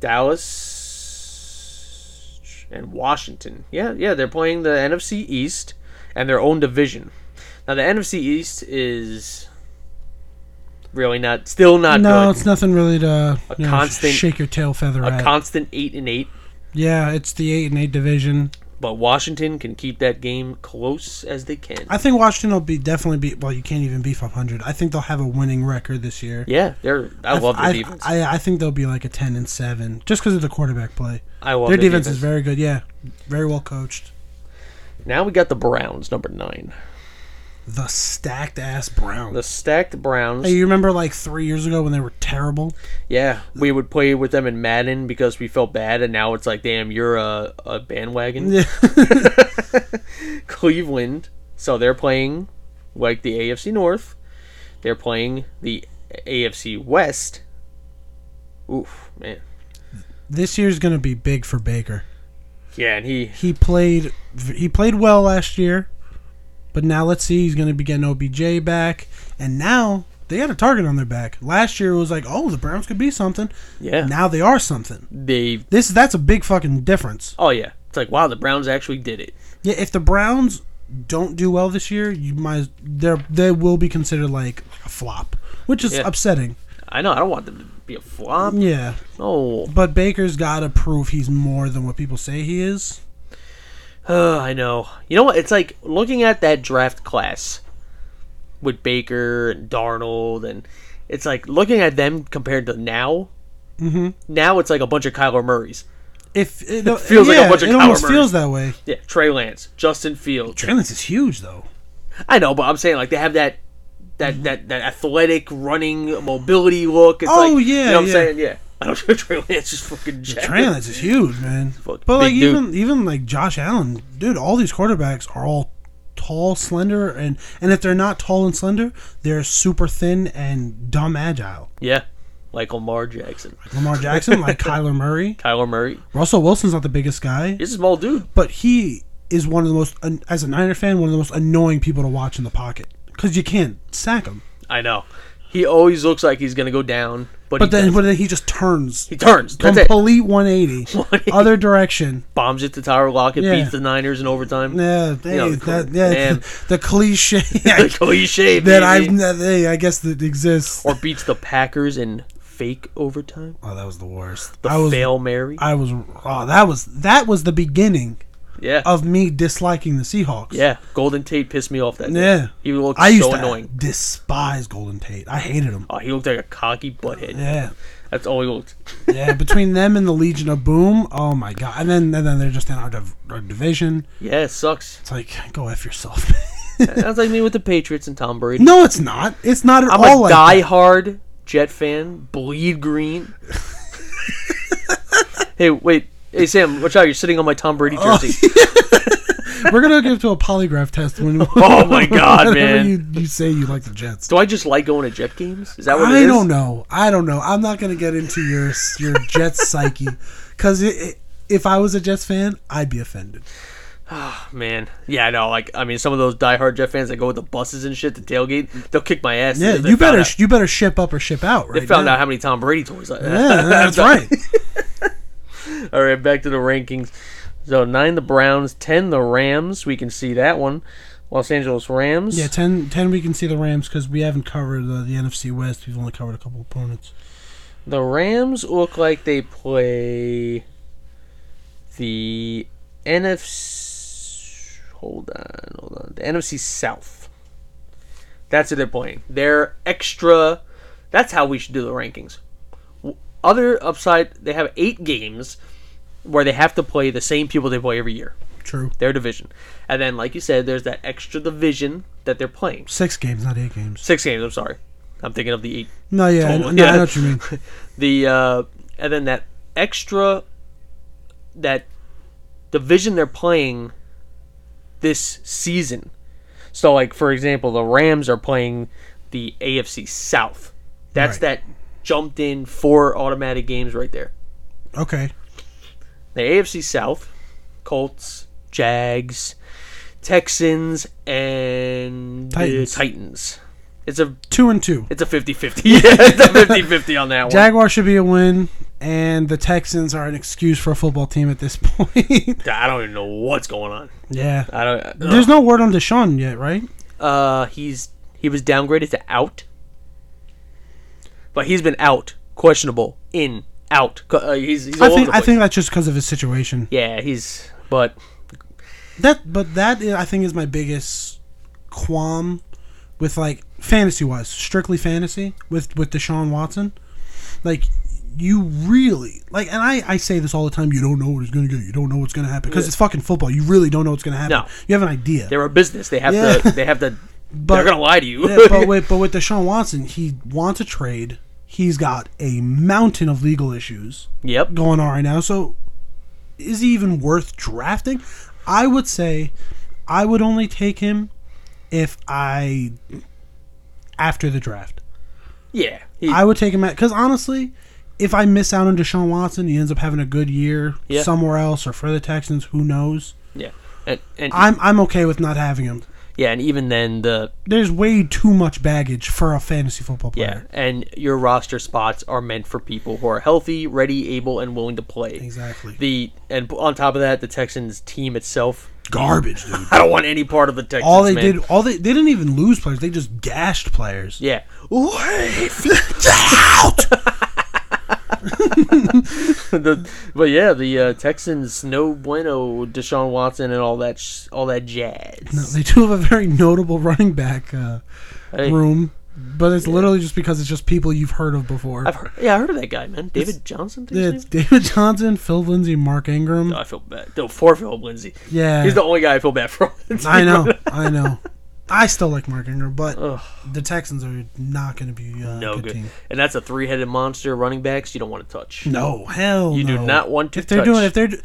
Dallas and Washington. Yeah, yeah, they're playing the NFC East and their own division. Now the NFC East is really not still not no, good. it's nothing really to you know, constant- shake your tail feather a at. constant 8 and 8, yeah, it's the eight and eight division. but Washington can keep that game close as they can. I think Washington will be definitely be. Well, you can't even be five hundred. I think they'll have a winning record this year. yeah, they're I, love their I, defense. I, I, I think they'll be like a ten and seven, just because of the quarterback play. love Their defense, is very good. Yeah, very well coached. Now we got the Browns number 9. The stacked ass Browns. The stacked Browns. Hey, you remember like three years ago when they were terrible? Yeah, we would play with them in Madden because we felt bad, and now it's like, damn, you're a, a bandwagon. Yeah. Cleveland, so they're playing like the AFC North. They're playing the AFC West. Oof, man. This year's gonna be big for Baker. Yeah, and he He played he played well last year, but now let's see he's gonna be getting OBJ back, and now they had a target on their back. Last year it was like, oh, the Browns could be something. yeah Now they are something. they This that's a big fucking difference. oh yeah it's like wow the Browns actually did it. Yeah, if the Browns don't do well this year, you might they they will be considered like a flop, which is Yeah. upsetting. I know I don't want them to be a flop. Yeah, No, but Baker's got to prove he's more than what people say he is. Uh, I know. You know what? It's like looking at that draft class with Baker and Darnold, and it's like looking at them compared to now. Mm-hmm. Now it's like a bunch of Kyler Murrays. If it, feels like a yeah, bunch of it almost coward feels that way. Yeah, Trey Lance, Justin Fields. Trey Lance is huge though. I know, but I'm saying like they have that that that, that athletic running mobility look. It's Oh, like, you yeah, know what I'm yeah. saying? Yeah. I don't know Trey Lance is fucking jacked. Trey Lance is huge, man. Fuck, but like big dude. even even like Josh Allen, dude, all these quarterbacks are all tall, slender, and and if they're not tall and slender, they're super thin and dumb agile. Yeah. Like Lamar Jackson. Lamar Jackson, like Kyler Murray, Kyler Murray. Russell Wilson's not the biggest guy, He's a small dude. but he is one of the most an- as a Niner fan, one of the most annoying people to watch in the pocket because you can't sack him. I know. He always looks like he's gonna go down, but, But then, doesn't. but then he just turns He turns. That's it. complete 180, other direction. Bombs it to Tyler Lockett, Yeah. beats the Niners in overtime. Yeah, they, know, the that, cl- yeah, man. the, cliche Like, oh, you shave that baby. I've that, hey, I guess that exists. or beats the Packers in fake overtime. Oh, that was the worst. The I was, fail Mary. I was, oh, that was that was the beginning yeah. of me disliking the Seahawks. yeah. Golden Tate pissed me off that day. yeah. He looked I used so to annoying. despise Golden Tate. I hated him. Oh, he looked like a cocky butthead. Yeah, That's all he looked. yeah. Between them and the Legion of Boom, oh my god! And then and then they're just in our, div- our division. Yeah, it sucks. It's like go f yourself. That's like me with the Patriots and Tom Brady. no, it's not. It's not at I'm all a like that. diehard Jet fan. Bleed green. hey, wait. Hey, Sam, watch out. You're sitting on my Tom Brady Oh. jersey. We're gonna give to a polygraph test when. Oh, my God, whenever man. You, you say you like the Jets. Do I just like going to Jet games? Is that what it I is? don't know. I don't know. I'm not gonna get into your your Jets psyche because it, it, if I was a Jets fan, I'd be offended. Man, yeah, I know. Like, I mean, some of those diehard Jet fans that go with the buses and shit to tailgate, they'll kick my ass. Yeah, if they you found better Out, you better ship up or ship out. Right they found now. out how many Tom Brady toys. I Yeah, that's right. All right, back to the rankings. So nine the Browns, ten the Rams. We can see that one. Los Angeles Rams. Yeah, 10, 10 we can see the Rams because we haven't covered uh, the NFC West. We've only covered a couple opponents. The Rams look like they play the NFC. Hold on, hold on. The NFC South. That's who they're playing. They're extra. That's how we should do the rankings. W- Other upside, they have eight games where they have to play the same people they play every year, True. their division. And then, like you said, there's that extra division that they're playing. Six games, not eight games. Six games, I'm sorry. I'm thinking of the eight No, yeah, I- Totally. no, I Yeah. know what you mean. the uh, and then that extra that division they're playing this season So, like for example, the Rams are playing the AFC South. That's that Right. jumped in four automatic games right there. Okay. The AFC South, Colts, Jags, Texans, and Titans. Titans. Titans. It's a Two and two. it's a 50-50. yeah, it's a 50-50 on that one. Jaguars should be a win, and the Texans are an excuse for a football team at this point. I don't even know what's going on. yeah. I don't. There's no word on Deshaun yet, right? Uh, he's he was downgraded to out, but he's been out, questionable, in, out. Co- Uh, he's he's all I over think the I place. think that's just because of his situation. yeah, he's but That, but that is, I think is my biggest qualm with like fantasy wise, strictly fantasy with with Deshaun Watson. Like you really like, and I I say this all the time. You don't know what it's gonna get. You don't know what's gonna happen because it's fucking football. You really don't know what's gonna happen. No. You have an idea. they're a business. They have Yeah. to. They have to. But- they're gonna lie to you. Yeah, but with but with Deshaun Watson, he wants a trade. He's got a mountain of legal issues yep. going on right now. So is he even worth drafting? I would say I would only take him if I after the draft. Yeah. He, I would take him at because honestly, if I miss out on Deshaun Watson, he ends up having a good year Yeah. somewhere else or for the Texans. Who knows? yeah. And, and I'm I'm okay with not having him. yeah, and even then the There's way too much baggage for a fantasy football yeah, player. and your roster spots are meant for people who are healthy, ready, able, and willing to play. Exactly. The and on top of that, the Texans team itself. Garbage, dude. I don't want any part of the Texans. all they man. did all they they didn't even lose players they just gashed players Yeah. The- but yeah, the uh, Texans, no bueno, Deshaun Watson, and all that, sh- all that jazz. they do have a very notable running back uh, Hey. room but it's literally just because it's just people you've heard of before I've heard, yeah, I heard of that guy, man, David Johnson. I think yeah, his it's name David Johnson, Phil Lindsay, Mark Ingram. is? Oh, I feel bad. No, for Philip Lindsay. Yeah, He's the only guy I feel bad for. I know, I know. I still like Mark Ingram, but Ugh. the Texans are not going to be uh, no a good, good. team. Mm. And that's a three-headed monster. Running backs, you don't want to touch. No, hell, You do no. not want to If they're touch. doing, if they're d-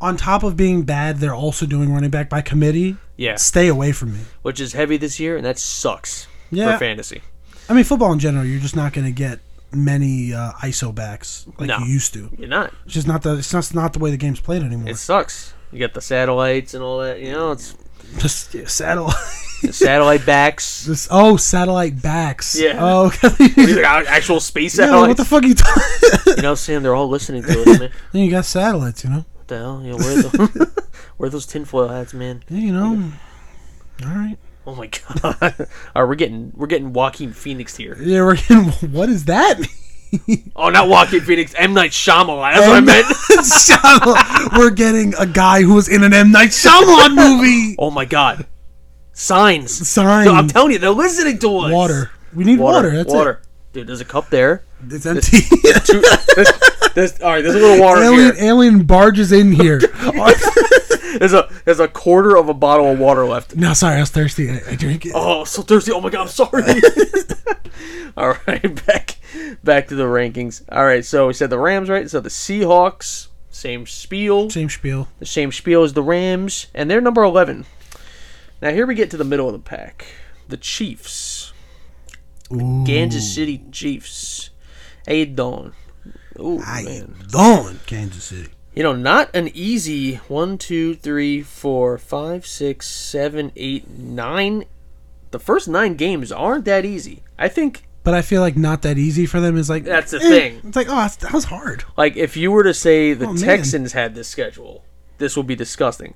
on top of being bad, they're also doing running back by committee. Yeah. stay away from me. which is heavy this year, and that sucks Yeah. for fantasy. I mean, football in general, you're just not going to get many uh, ISO backs like No. you used to. You're not. It's just not the it's just not the way the game's played anymore. It It's sucks. You got the satellites and all that. You know, it's just yeah, satellite. satellite backs. This, oh, satellite backs. Yeah. Oh, okay. These are our actual space Yeah, satellites. what the fuck are you talking? You know, Sam, they're all listening to us, man. you got satellites, you know. What the hell? You know, where, the, where are those tinfoil hats, man? Yeah, you know. All right. Oh my god! all right, we're getting we're getting Joaquin Phoenix here. Yeah, we're getting, what does that mean? Oh, not Joaquin Phoenix. M Night Shyamalan. That's what I M. meant. Shyamalan. we're getting a guy who was in an M Night Shyamalan movie. Oh my god! Signs. Sign Yo, I'm telling you, they're listening to us. water. We need water. Water. That's water. Dude, there's a cup there. it. It's empty. Two- there's, there's- all right, there's a little water alien, here. alien barges in here. There's a there's a quarter of a bottle of water left. No, sorry, I was thirsty. I, I drink it. Oh, so thirsty. Oh my god, I'm sorry. All right, back back to the rankings. All right, so we said the Rams, right? So the Seahawks, same spiel, Same spiel. the same spiel as the Rams, and they're number 11. Now here we get to the middle of the pack. The Chiefs. Ooh, Kansas City Chiefs. Adon. Ooh, I man. ain't done, Kansas City. You know, not an easy one, two, three, four, five, six, seven, eight, nine. The first nine games aren't that easy. I think But I feel like not that easy for them. Is like That's the eh. thing. It's like oh, that's, that was hard. Like if you were to say the Oh, man. Texans had this schedule, this would be disgusting.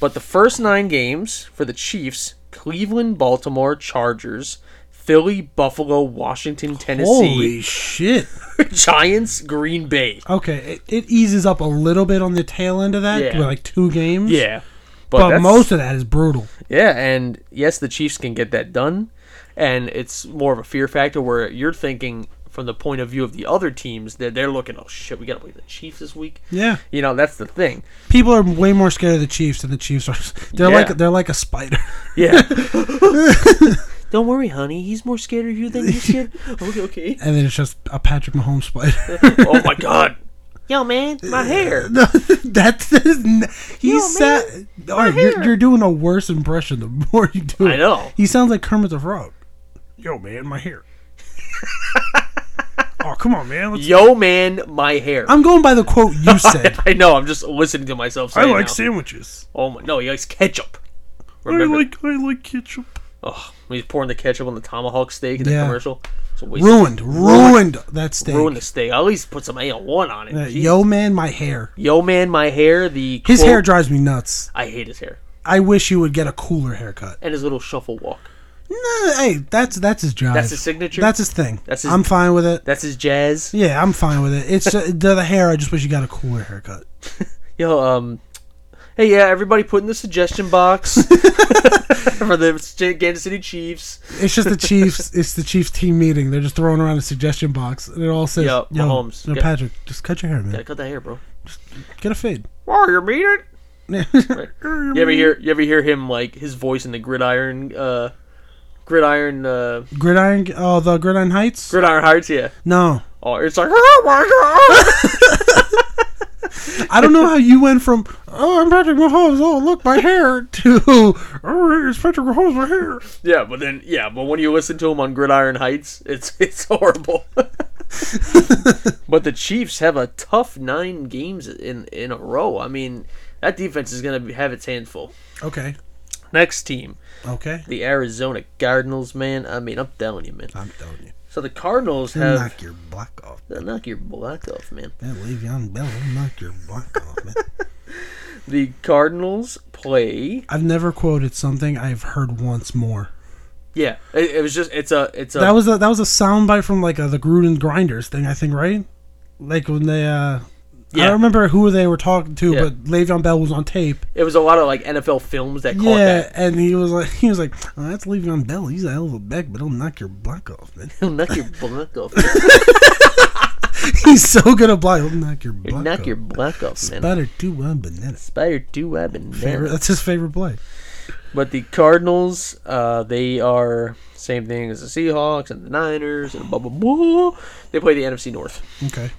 But the first nine games for the Chiefs: Cleveland, Baltimore, Chargers, Philly, Buffalo, Washington, Tennessee, Holy shit. Giants, Green Bay. Okay, it, it eases up a little bit on the tail end of that Yeah. with like two games. Yeah, but, that's- most of that is brutal. yeah, and yes, the Chiefs can get that done, and it's more of a fear factor where you're thinking from the point of view of the other teams that they're looking, oh shit, we got to play the Chiefs this week. Yeah, You know that's the thing. people are way more scared of the Chiefs than the Chiefs are. They're Yeah. like they're like a spider. Yeah. Don't worry, honey. He's more scared of you than you scared. Okay, okay. And then it's just a Patrick Mahomes spider. oh my god. yo man, my hair. No, that that is n- he Yo, sa- man, All right, you're, hair. you're doing a worse impression the more you do it. I know. He sounds like Kermit the Frog. Yo, man, my hair. oh, come on, man. Let's- Yo man, my hair. I'm going by the quote you said. I know. I'm just listening to myself. Say I it like now. sandwiches. Oh my! No, he likes ketchup. I Remember? like I like ketchup. oh, when he's pouring the ketchup on the tomahawk steak in the Yeah. commercial. It's a waste. Ruined, ruined that steak. Ruin the steak. At least put some A1 on it. Uh, Jeez. Yo, man, my hair. Yo, man, my hair. The His quote- hair drives me nuts. I hate his hair I wish you would get a cooler haircut. and his little shuffle walk. No, hey, that's that's his drive. That's his signature? That's his thing. That's his- I'm fine with it. That's his jazz. Yeah, I'm fine with it. It's uh, the, the hair. I just wish you got a cooler haircut. Yo, um, hey, yeah, everybody, put in the suggestion box for the Ch- Kansas City Chiefs. It's just the Chiefs. it's the Chiefs team meeting. They're just throwing around a suggestion box, and it all says, Yeah, "Yo, Mahomes, no, get- Patrick, just cut your hair, man. Yeah, cut that hair, bro. Get a fade." Oh, you mean it? Yeah. You ever hear? You ever hear him like his voice in the gridiron? Uh, gridiron. Uh, gridiron. Oh, the Gridiron Heights. gridiron hearts. Yeah. no, Oh, it's like oh my god. I don't know how you went from "Oh, I'm Patrick Mahomes. Oh, look my hair" to "Oh, it's Patrick Mahomes my hair." Yeah, but then yeah, but when you listen to him on Gridiron Heights, it's it's horrible. but the Chiefs have a tough nine games in in a row. I mean, that defense is gonna be- have its hands full. Okay. Next team, Okay. the Arizona Cardinals. Man, I mean, I'm telling you, man. I'm telling you, So the Cardinals They'll have knock your block off. they'll knock your block off, man. That Le'Veon Bell will knock your block off, man. The Cardinals play. I've never quoted something I've heard once more. Yeah, it, it was just it's a it's a That was a that was a soundbite from like uh the Gruden Grinders thing, I think, right? Like when they, uh, I Yeah. don't remember who they were talking to, Yeah. but Le'Veon Bell was on tape. it was a lot of like NFL films that caught yeah, that. and he was like, he was like, oh, that's Le'Veon Bell. He's a hell of a back, but he'll knock your block off, man. They'll knock your block off. He's so good at block. He'll knock your block knock off. your block off, man. Better do one banana. Spider do web and Favorite, banana. that's his favorite play. But the Cardinals, uh, they are same thing as the Seahawks and the Niners and blah blah blah. They play the NFC North. Okay.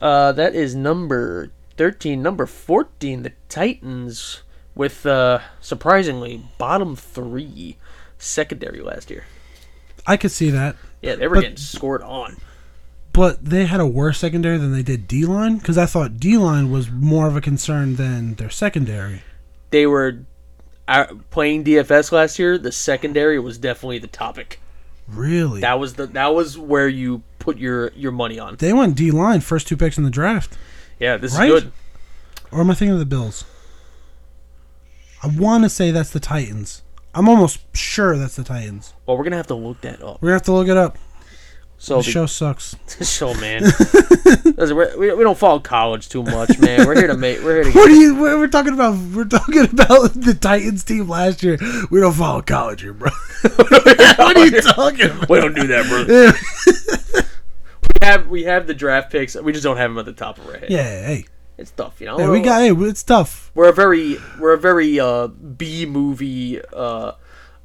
Uh, that is number thirteen. Number fourteen, the Titans, with uh, surprisingly bottom three secondary last year. I could see that. Yeah, they were But- getting scored on. But they had a worse secondary than they did D line because I thought D line was more of a concern than their secondary. They were uh, playing DFS last year. The secondary was definitely the topic. Really? That was the that was where you put your your money on. They went D line first two picks in the draft. Yeah, this Right? is good. Or am I thinking of the Bills? I want to say that's the Titans. I'm almost sure that's the Titans. Well, we're gonna have to look that up. We're gonna have to look it up. So The show sucks. the show, man. Listen, we're- we we don't follow college too much, man. We're here to make. We're here to. What are you? We're we're talking about. We're talking about the Titans team last year. We don't follow college here, bro. what are you talking about? we don't do that, bro. we have we have the draft picks. We just don't have them at the top of our head. Yeah, hey, it's tough, you know. hey, we got. Hey, it's tough. We're a very we're a very uh, B movie uh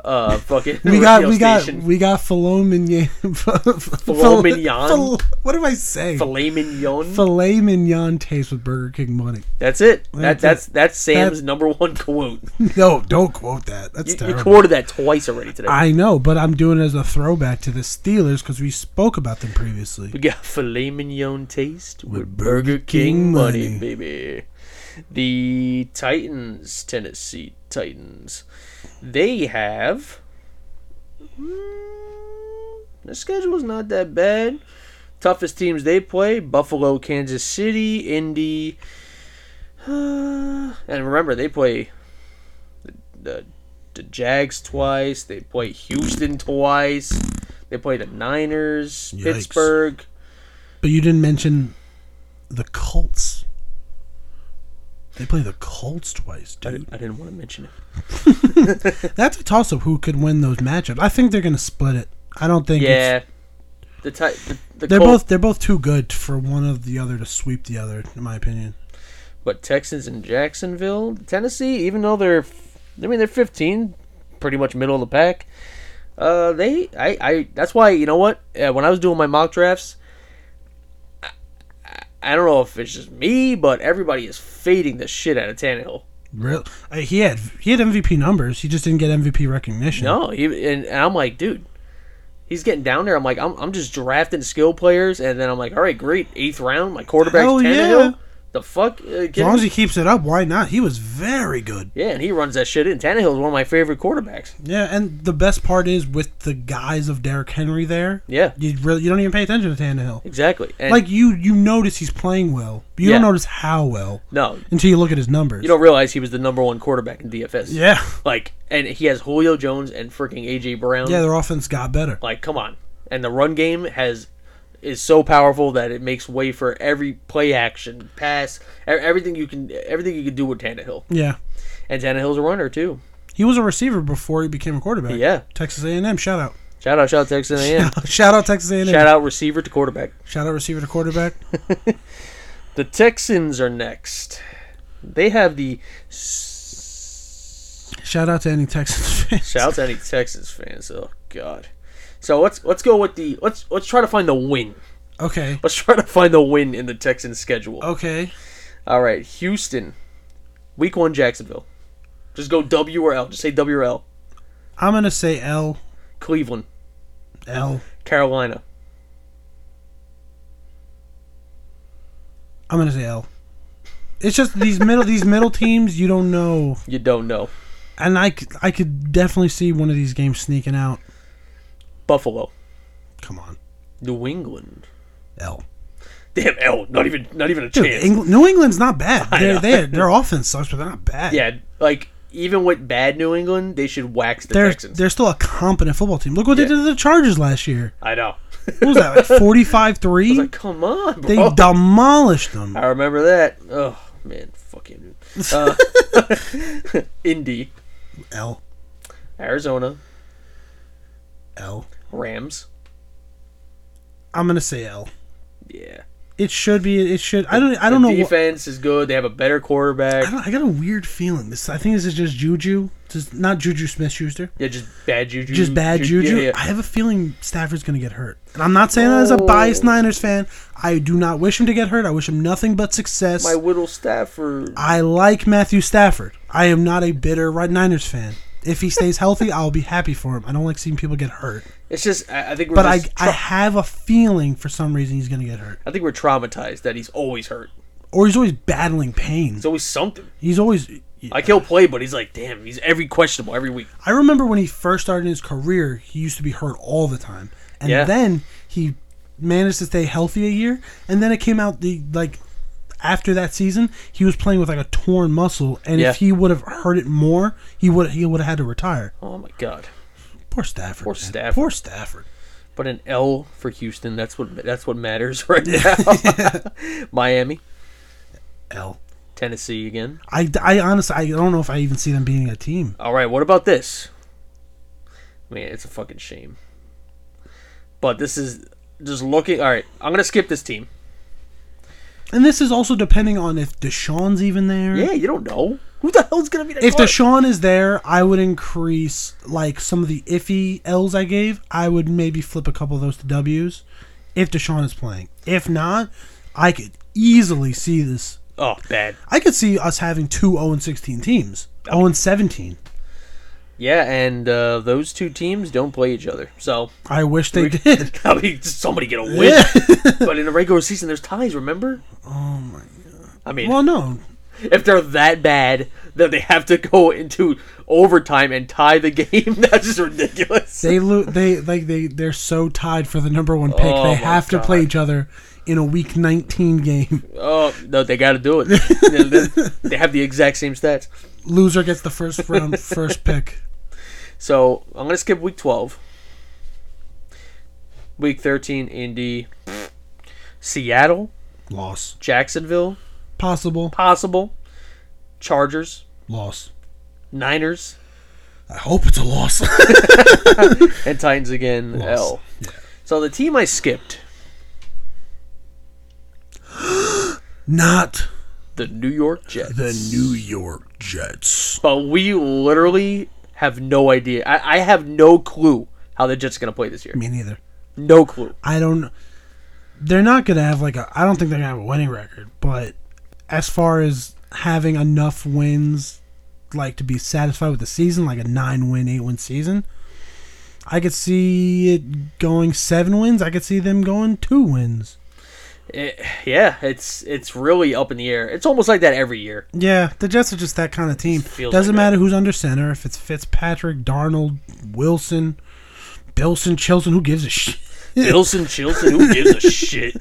uh fucking. We got. radio We got. station. We got filet mignon. Filet Filet mignon? fil- What am I saying? filet mignon. Filet mignon taste with Burger King money. that's it. That That's it. that's that's Sam's number one quote. No, don't quote that. That's You, you terrible. quoted that twice already today. I know, but I'm doing it as a throwback to the Steelers because we spoke about them We previously. got filet mignon taste with, With Burger Burger King, King money, money. baby. The Titans, Tennessee Titans, they have. Mm, The schedule's not that bad. Toughest teams they play: Buffalo, Kansas City, Indy, uh, and remember they play the, the Jags twice. They play Houston twice. They play the Niners, Yikes. Pittsburgh. But you didn't mention the Colts. They play the Colts twice, I dude. didn't, I didn't want to mention it. That's a toss up who could win those matchups. I think they're going to split it. I don't think it's, Yeah, the ti- the, the they're Colts, both they're both too good for one of the other to sweep the other in my opinion. but Texans and Jacksonville, Tennessee. Even though they're, f- I mean, they're 15, pretty much middle of the pack. Uh, they, I, I. That's why you know what? Uh, when I was doing my mock drafts, I, I don't know if it's just me, but everybody is fading the shit out of Tannehill. Real, uh, he had he had MVP numbers. He just didn't get MVP recognition. No, he, and, and I'm like, dude, he's getting down there. I'm like, I'm, I'm just drafting skill players, and then I'm like, all right, great, eighth round, my quarterback's Hell yeah. Tannehill. The fuck? Uh, As kidding long me? as he keeps it up, why not? He was very good. yeah, and he runs that shit in. Tannehill's one of my favorite quarterbacks. Yeah, and the best part is with the guys of Derrick Henry there. Yeah, You really you don't even pay attention to Tannehill. exactly. And Like you you notice he's playing well. But you don't Yeah. notice how well no, until you look at his numbers. you don't realize he was the number one quarterback in DFS. yeah. Like, and he has Julio Jones and freaking AJ Brown. Yeah, their offense got better. Like, come on. And the run game has is so powerful that it makes way for every play action, pass, e- everything you can, everything you can do with Tannehill. Yeah. And Tannehill's a runner too. He was a receiver before he became a quarterback. Yeah. Texas A&M, shout out. Shout out, shout out Texas A&M. shout out Texas A&M. shout out receiver to quarterback. Shout out receiver to quarterback. The Texans are next. They have the s- shout out to any Texans fans. shout out to any Texas fans. Oh God. So let's let's go with the let's let's try to find the win. Okay. Let's try to find the win in the Texans schedule. Okay. All right, Houston, Week One, Jacksonville. Just go W or L. Just say W or L. I'm going to say L Cleveland, L. Carolina, I'm going to say L. It's just these middle these middle teams you don't know. you don't know. And I, c- I could definitely see one of these games sneaking out. Buffalo, Come on. New England. L. Damn L. Not even not even a Dude, chance. Engl- New England's not bad. They're, know. they their offense sucks, but they're not bad. yeah, like even with bad New England, they should wax the They're, Texans. they're still a competent football team. Look what Yeah. they did to the Chargers last year. I know. What was that, like 45 3? like, oh. come on, they bro. demolished them. I remember that. Oh man, fucking uh, Indy, L. Arizona, L. Rams. I'm going to say L. Yeah, It should be. It should. I don't. I don't the know. What, Defense is good. They have a better quarterback. I, don't, I got a weird feeling. This. I think this is just Juju. Just not Juju Smith Schuster. Yeah, just bad juju. Just bad Ju- Juju. yeah, yeah. I have a feeling Stafford's going to get hurt, and I'm not saying that as a Oh. biased Niners fan. I do not wish him to get hurt. I wish him nothing but success. My Whittle Stafford. I like Matthew Stafford. I am not a bitter Red Niners fan. If he stays healthy, I'll be happy for him. I don't like seeing people get hurt, It's just I, I think we're but I just I have a feeling for some reason he's going to get hurt, I think we're traumatized that he's always hurt. or he's always battling pain. It's always something. He's always. Like he'll play, but he's like, damn, he's every questionable every week. I remember when he first started his career, he used to be hurt all the time, and Yeah. then he managed to stay healthy a year, and then it came out the like after that season he was playing with like a torn muscle, and Yeah. if he would have hurt it more, he would he would have had to retire. Oh my god. Poor Stafford. Poor man. Stafford. Poor Stafford. But an L for Houston. That's what that's what matters right now. Miami, L. Tennessee again. I, I honestly I don't know if I even see them being a team. All right, what about this? Man, it's a fucking shame. But this is just looking. All right, I'm gonna skip this team. And this is also depending on if Deshaun's even there. Yeah, you don't know who the hell's gonna be. Hmm. the If quarter- Deshaun is there, I would increase like some of the iffy L's I gave. I would maybe flip a couple of those to W's if Deshaun is playing. If not, I could easily see this. oh bad. I could see us having two 0 and 16 teams. 0 and 17. Yeah, and uh, those two teams don't play each other, so I wish they did. I mean, somebody get a win. Yeah. but in the regular season, there's ties. Remember? Oh my god. I mean, well, no. if they're that bad that they have to go into overtime and tie the game, that's just ridiculous. They lo- they like they they're so tied for the number 1 pick. Oh, my they have to play God. each other in a week 19 game. oh no, they got to do it. they, they have the exact same stats. loser gets the first round first pick. So I'm gonna skip week 12. Week 13, Indy, Seattle, Loss. Jacksonville, Possible. possible, Chargers, Loss. Niners, I hope it's a loss. and Titans again. Loss. L. So the team I skipped, Not the New York Jets. the New York Jets. But we literally have no idea. I, I have no clue how the Jets are going to play this year. Me neither. No clue. I don't. they're not gonna have like a. I don't think they're gonna have a winning record, but as far as having enough wins, like to be satisfied with the season, like a nine win, eight win season, I could see it going seven wins. I could see them going two wins. Eh, yeah, it's it's really up in the air. It's almost like that every year. Yeah, the Jets are just that kind of team. feels Doesn't like matter who's under center. If it's Fitzpatrick, Darnold, Wilson, Bilson, Chilson, who gives a shit? Wilson Chilton, who gives a shit?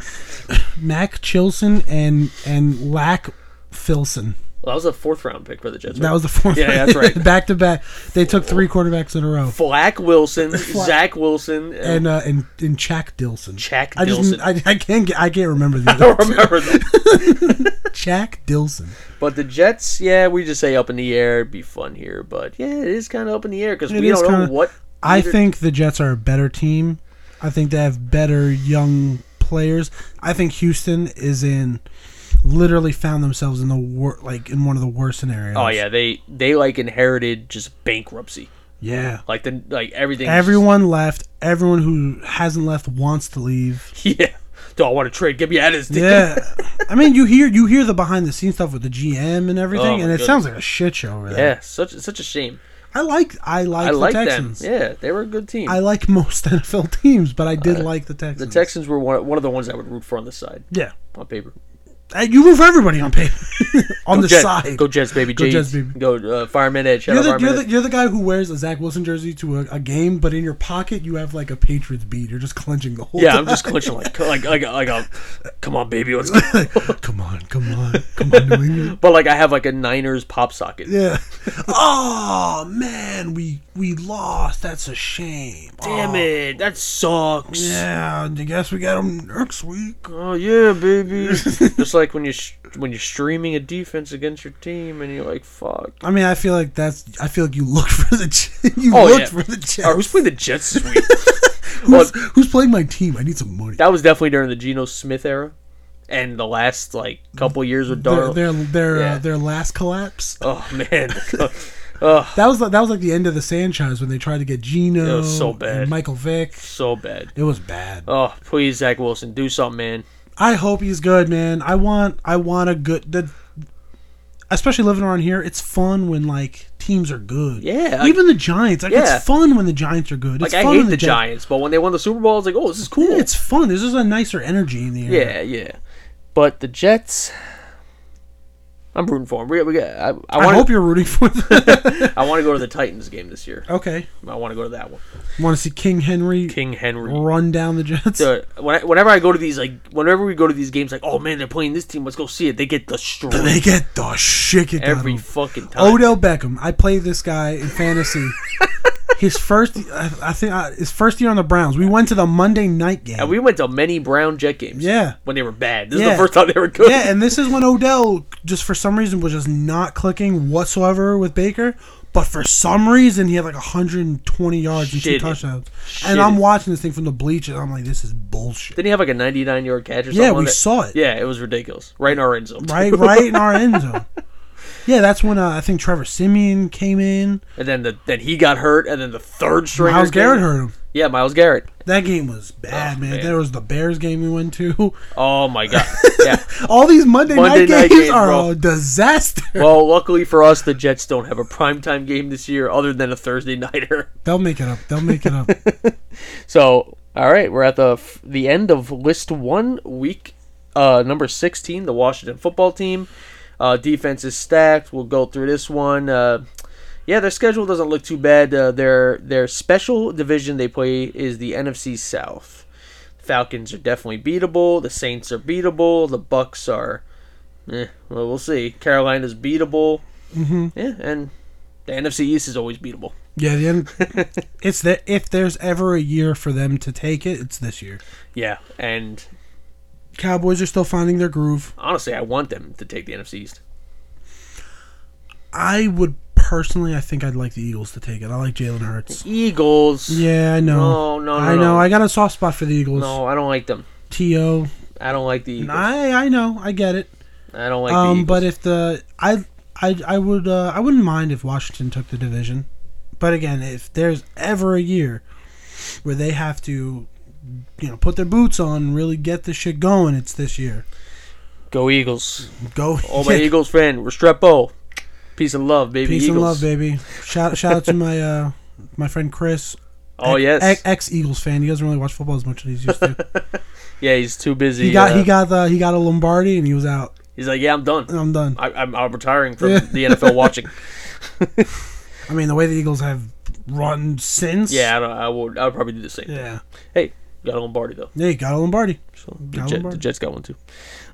Mac Chilson and and Lack Filson. Well, that was a fourth round pick for the Jets. That right? was the fourth. Yeah, that's right. back to back, they took three quarterbacks in a row. Flack Wilson, Zach Wilson, and And uh, and and Shaq Dilson. Shaq I just Dilson. I, I can't get, I can't remember the I other. don't remember them. Shaq Dilson. But the Jets, yeah, we just say up in the air. It'd be fun here, but yeah, it is kind of up in the air because It we is don't know kinda- what. I either- think the Jets are a better team. I think they have better young players. I think Houston is in literally found themselves in the wor- like in one of the worst scenarios. Oh yeah, they they like inherited just bankruptcy. Yeah. Like the like everything. Everyone left. Everyone who hasn't left wants to leave. yeah. Do I want to trade? Get me out of this. Yeah. Yeah. I mean, you hear you hear the behind the scenes stuff with the GM and everything, Oh, and my it goodness. sounds like a shit show over there. yeah, such such a shame. I like I like I the like them. Texans. Yeah, they were a good team. I like most NFL teams, but I did like the Texans. Uh, the Texans were one, one of the ones I would root for on the side Yeah. on paper. Uh, You move everybody on paper on the Jets. side. Go Jets, baby. Go Go Jets, baby. Go uh, Fireman Edge. Shout You're out the, Fireman you're, the, Ed. you're the guy who wears a Zach Wilson jersey to a, a game, but in your pocket you have like a Patriots beat. You're just clenching the whole Yeah, time. I'm just clenching like like like, like a, come on, baby, let's go. come on, come on, come on, New England. But like I have like a Niners pop socket. Yeah. Oh man, we we lost. That's a shame. Damn it, that sucks. Yeah, I guess we got them next week. Oh yeah, baby. Just like when you sh- when you're streaming a defense against your team, and you're like, "Fuck." I mean, I feel like that's. I feel like you looked for the. J- You Oh, looked yeah. for the. Jets. All right, who's playing the Jets this week? well, Who's playing my team? I need some money. that was definitely during the Geno Smith era, and the last like couple years with Their Darnold. their their, Yeah. uh, their last collapse. Oh man, oh That was like, that was like the end of the franchise when they tried to get Gino. It was so and bad. Michael Vick. so bad. It was bad. Oh please, Zach Wilson, do something, man. I hope he's good, man. I want I want a good the especially living around here, it's fun when like teams are good. Yeah, like- Even the Giants. Like Yeah. it's fun when the Giants are good. It's Like I fun hate when the, Gi- Giants, but when they won the Super Bowl, I was like, "Oh, this is cool." Yeah, it's fun. There's just a nicer energy in the air. Yeah, yeah. But the Jets, I'm rooting for them. We, we got. I, I I, want. hope you're rooting for them. I want to go to the Titans game this year. okay. I want to go to that one. Want to see King Henry King Henry. run down the Jets? The- when I- whenever I go to these, like whenever we go to these games, like oh man, they're playing this team. Let's go see it. They get destroyed They get the shit kicked out of every them. fucking time. Odell Beckham. I played this guy in fantasy. his first, I, I think, uh, his first year on the Browns. We went to the Monday night game. and we went to many Brown Jet games. Yeah. when they were bad. This Yeah. is the first time they were good. yeah, and this is when Odell just for some reason was just not clicking whatsoever with Baker. But for some reason, he had like 120 yards and two Shit it. touchdowns. Shit And I'm it. watching this thing from the bleachers. I'm like, this is bullshit. Didn't he have like a 99 yard catch or something? Yeah, we like that? saw it. Yeah, it was ridiculous. Right in our end zone. Right, right in our end zone. Yeah, that's when uh, I think Trevor Simeon came in. And then the then he got hurt, and then the third string. Miles Garrett hurt him. Yeah, Miles Garrett. That game was bad, Oh, man. man. There was the Bears game we went to. Oh my god. Yeah. All these Monday, Monday night, night games games, are bro. a disaster. Well, luckily for us, the Jets don't have a primetime game this year other than a Thursday nighter. They'll make it up. They'll make it up. So, all right, we're at the f- the end of list 1, week uh number 16, the Washington football team. Uh defense is stacked. We'll go through this one. Uh yeah, their schedule doesn't look too bad. Uh, their their special division they play is the NFC South. Falcons are definitely beatable. The Saints are beatable. The Bucks are, eh, well, we'll see. Carolina's beatable. Mm-hmm. Yeah, and the NFC East is always beatable. yeah, the end, it's that if there's ever a year for them to take it, it's this year. Yeah, and Cowboys are still finding their groove. honestly, I want them to take the NFC East. I would personally, I think I'd like the Eagles to take it. I like Jalen Hurts. Eagles. Yeah, I No, know. no, no, I know. no. I got a soft spot for the Eagles. No, I don't like them. To I don't like the Eagles. I I know. I get it. I don't like the Um, Eagles. but if the I I I would uh, I wouldn't mind if Washington took the division, but again, if there's ever a year where they have to you know put their boots on and really get this shit going. It's this year. Go Eagles. Go. All Oh, my yeah. Eagles fan, Restrepo. Peace and love, baby. Peace Eagles. and love, baby. Shout shout out to my uh my friend Chris. Oh ex- yes. ex- ex Eagles fan. He doesn't really watch football as much as he used to. yeah, he's too busy. He got uh, he got the he got a Lombardi and he was out. He's like, yeah, I'm done. I'm done. I, I'm, I'm retiring from Yeah. the NFL watching. I mean, the way the Eagles have run since. Yeah, I, don't, I would. I would probably do the same. Yeah. Hey, got a Lombardi though. Yeah, you got a Lombardi. So the, Got a Jet, Lombardi. the Jets got one too.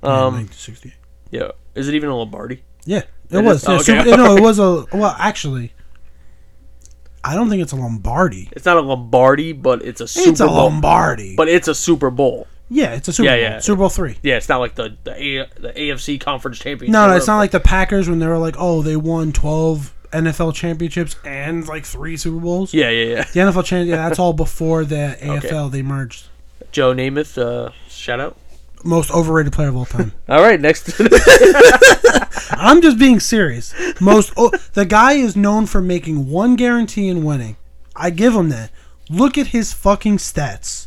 Yeah, Um, 1968. yeah. Is it even a Lombardi? Yeah, It it was. is? Yeah, Oh, okay. Super- no, it was a. Well, actually, I don't think it's a Lombardi. It's not a Lombardi, but it's a Super it's a Bowl. Lombardi. But it's a Super Bowl. yeah, it's a Super Yeah, Bowl. yeah. Super Bowl three. Yeah, it's not like the the, a, the AFC Conference Championship. No, no, it's not like the Packers when they were like, oh, they won twelve NFL championships and like three Super Bowls. Yeah, yeah, yeah. The NFL champion. Yeah, that's all before the AFL. They merged. Joe Namath, uh, shout out. Most overrated player of all time. All right, next. I'm just being serious. Most oh, the guy is known for making one guarantee and winning. I give him that. Look at his fucking stats.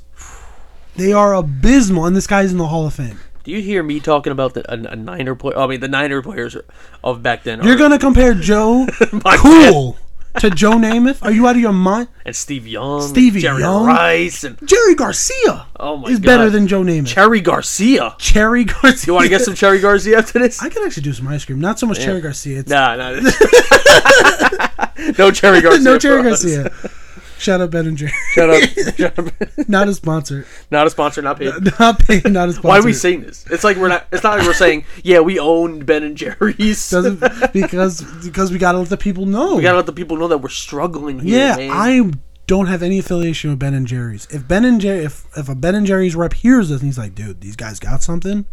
They are abysmal, and this guy's in the Hall of Fame. Do you hear me talking about the, a, a Niner player? I mean, the Niner players of back then. You're are- gonna compare Joe Cool to Joe Namath? Are you out of your mind? uh, and Steve Young, Stevie Jerry Young. Rice, and Jerry Garcia Oh my is God. better than Joe Namath. Cherry Garcia. Cherry Garcia. You want to get some Cherry Garcia after this? I could actually do some ice cream. Not so much Cherry Garcia. It's Nah, nah. no Cherry Garcia. no Cherry for us. Garcia. Shout out Ben and Jerry. Shut up. Shut up. Not a sponsor. Not a sponsor. Not paid. Not paid. Not a sponsor. Why are we saying this? It's like we're not. It's not like we're saying, yeah, we own Ben and Jerry's. doesn't because because we gotta let the people know. we gotta let the people know that we're struggling here. yeah, man. I don't have any affiliation with Ben and Jerry's. If Ben and Jerry, if if a Ben and Jerry's rep hears this, and he's like, dude, these guys got something.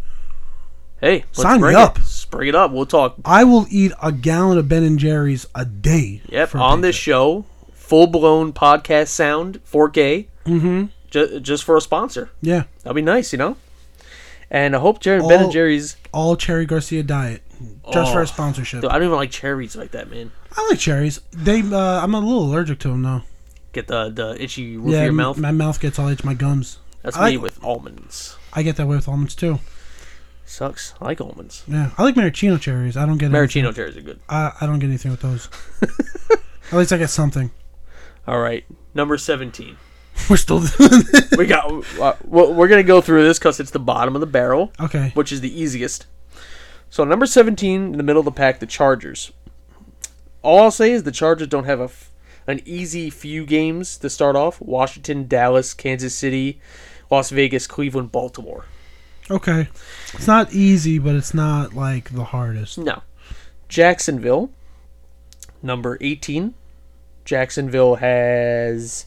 Hey, let's Sign me bring up. It. Let's Bring it up. We'll talk. I will eat a gallon of Ben and Jerry's a day. Yep, for a on this paycheck. show, full blown podcast sound, 4K. Mm-hmm. Ju- just for a sponsor. yeah, That'd be nice, you know. And I hope Jerry Ben All- and Jerry's. all Cherry Garcia diet, just for Oh. a sponsorship. Dude, I don't even like cherries like that, man. I like cherries. They, uh, I'm a little allergic to them though. Get the the itchy roof Yeah, of your m- mouth. my mouth gets all itchy. My gums. That's I me like- with almonds. I get that way with almonds too. Sucks. I like almonds. Yeah, I like maraschino cherries. I don't get anything- Maraschino cherries are good. I, I don't get anything with those. At least I get something. All right, number seventeen. We're still we got. Uh, well, we're gonna go through this because it's the bottom of the barrel, okay. which is the easiest. So number seventeen in the middle of the pack, the Chargers. All I'll say is the Chargers don't have a f- an easy few games to start off. Washington, Dallas, Kansas City, Las Vegas, Cleveland, Baltimore. Okay, it's not easy, but it's not like the hardest. No. Jacksonville, number 18. Jacksonville has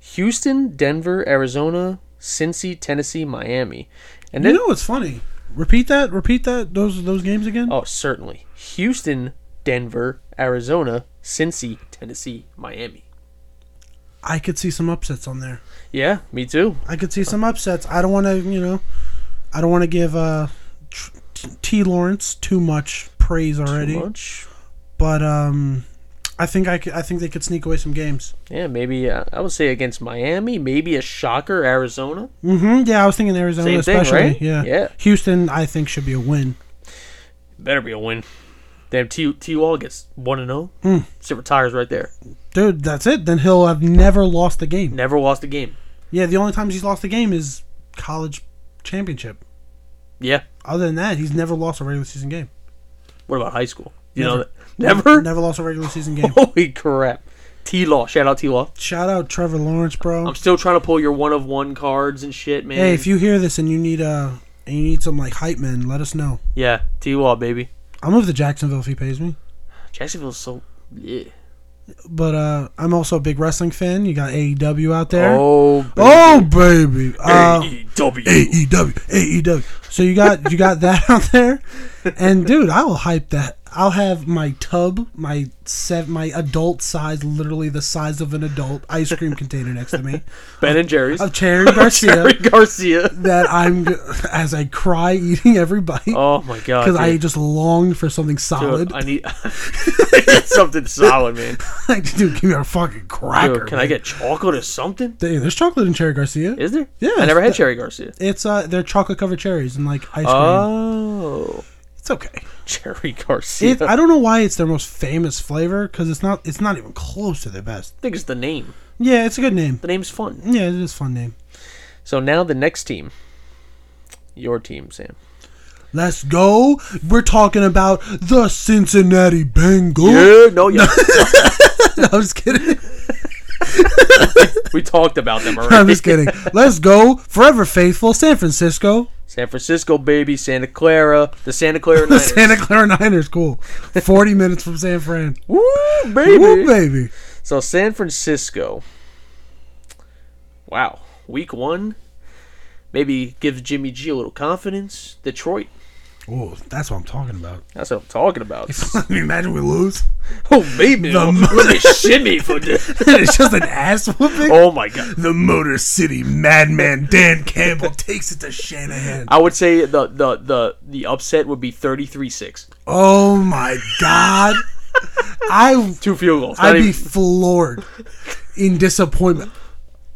Houston, Denver, Arizona, Cincy, Tennessee, Miami. And You then, know what's funny? Repeat that. Repeat that. Those those games again. oh, certainly. Houston, Denver, Arizona, Cincy, Tennessee, Miami. I could see some upsets on there. Yeah, me too. I could see some upsets. I don't want to, you know, I don't want to give uh, Tr- T. Lawrence too much praise already. Too much. But um, I think I, could, I think they could sneak away some games. Yeah, maybe uh, I would say against Miami, maybe a shocker, Arizona. Mm-hmm. Yeah, I was thinking Arizona, Same thing, especially. right? Yeah. Yeah. Houston, I think should be a win. Better be a win. Damn, T. T. Wall gets one and zero. Hmm. Sit retires right there. Dude, that's it. Then he'll have never lost a game. Never lost a game. Yeah, the only times he's lost a game is college championship. Yeah. Other than that, he's never lost a regular season game. What about high school? You know, Never, never. never lost a regular season game. Holy crap! T Law, shout out T Law. Shout out Trevor Lawrence, bro. I'm still trying to pull your one of one cards and shit, man. hey, if you hear this and you need uh and you need some like hype man, let us know. yeah, T Law, baby. I'll move to Jacksonville if he pays me. Jacksonville's so. Yeah. But uh I'm also a big wrestling fan. You got AEW out there. Oh, baby. Oh, baby. Uh, E AEW. E AEW, AEW. So you got you got that out there, and dude, I will hype that. I'll have my tub, my sev- my adult size, literally the size of an adult ice cream container next to me Ben and Jerry's. of Cherry Garcia Jerry Garcia. that I'm g- as I cry eating every bite because Oh my god. I dude. just longed for something Dude, solid. I need I need something solid, man. like, dude, give me a fucking cracker. Dude, can I man. get chocolate or something? Dude, There's chocolate in Cherry Garcia. Is there? Yeah, I never had it's- Cherry Garcia. It's uh, they're chocolate covered cherries and like ice cream. Oh, it's okay. Cherry Garcia. It, I don't know why it's their most famous flavor because it's not. It's not even close to their best. I think it's the name. Yeah, it's a good name. The name's fun. Yeah, it is a fun name. So now the next team. Your team, Sam. Let's go. We're talking about the Cincinnati Bengals. Yeah, no, yeah. No, I'm just kidding. we talked about them already. I'm just kidding. Let's go. Forever faithful, San Francisco. San Francisco, baby. Santa Clara. The Santa Clara The Niners. Santa Clara Niners. Cool. 40 minutes from San Fran. Woo, baby. Woo, baby. So San Francisco. Wow. Week one. Maybe gives Jimmy G a little confidence. Detroit. Oh, that's what I'm talking about. That's what I'm talking about. Imagine we lose. oh, baby. Look at shimmy for this. it's just an ass whooping. Oh, my God. The Motor City Madman Dan Campbell takes it to Shanahan. I would say the, the, the, the upset would be 33 6. Oh my god. I Two field goals. Not I'd be even- floored in disappointment.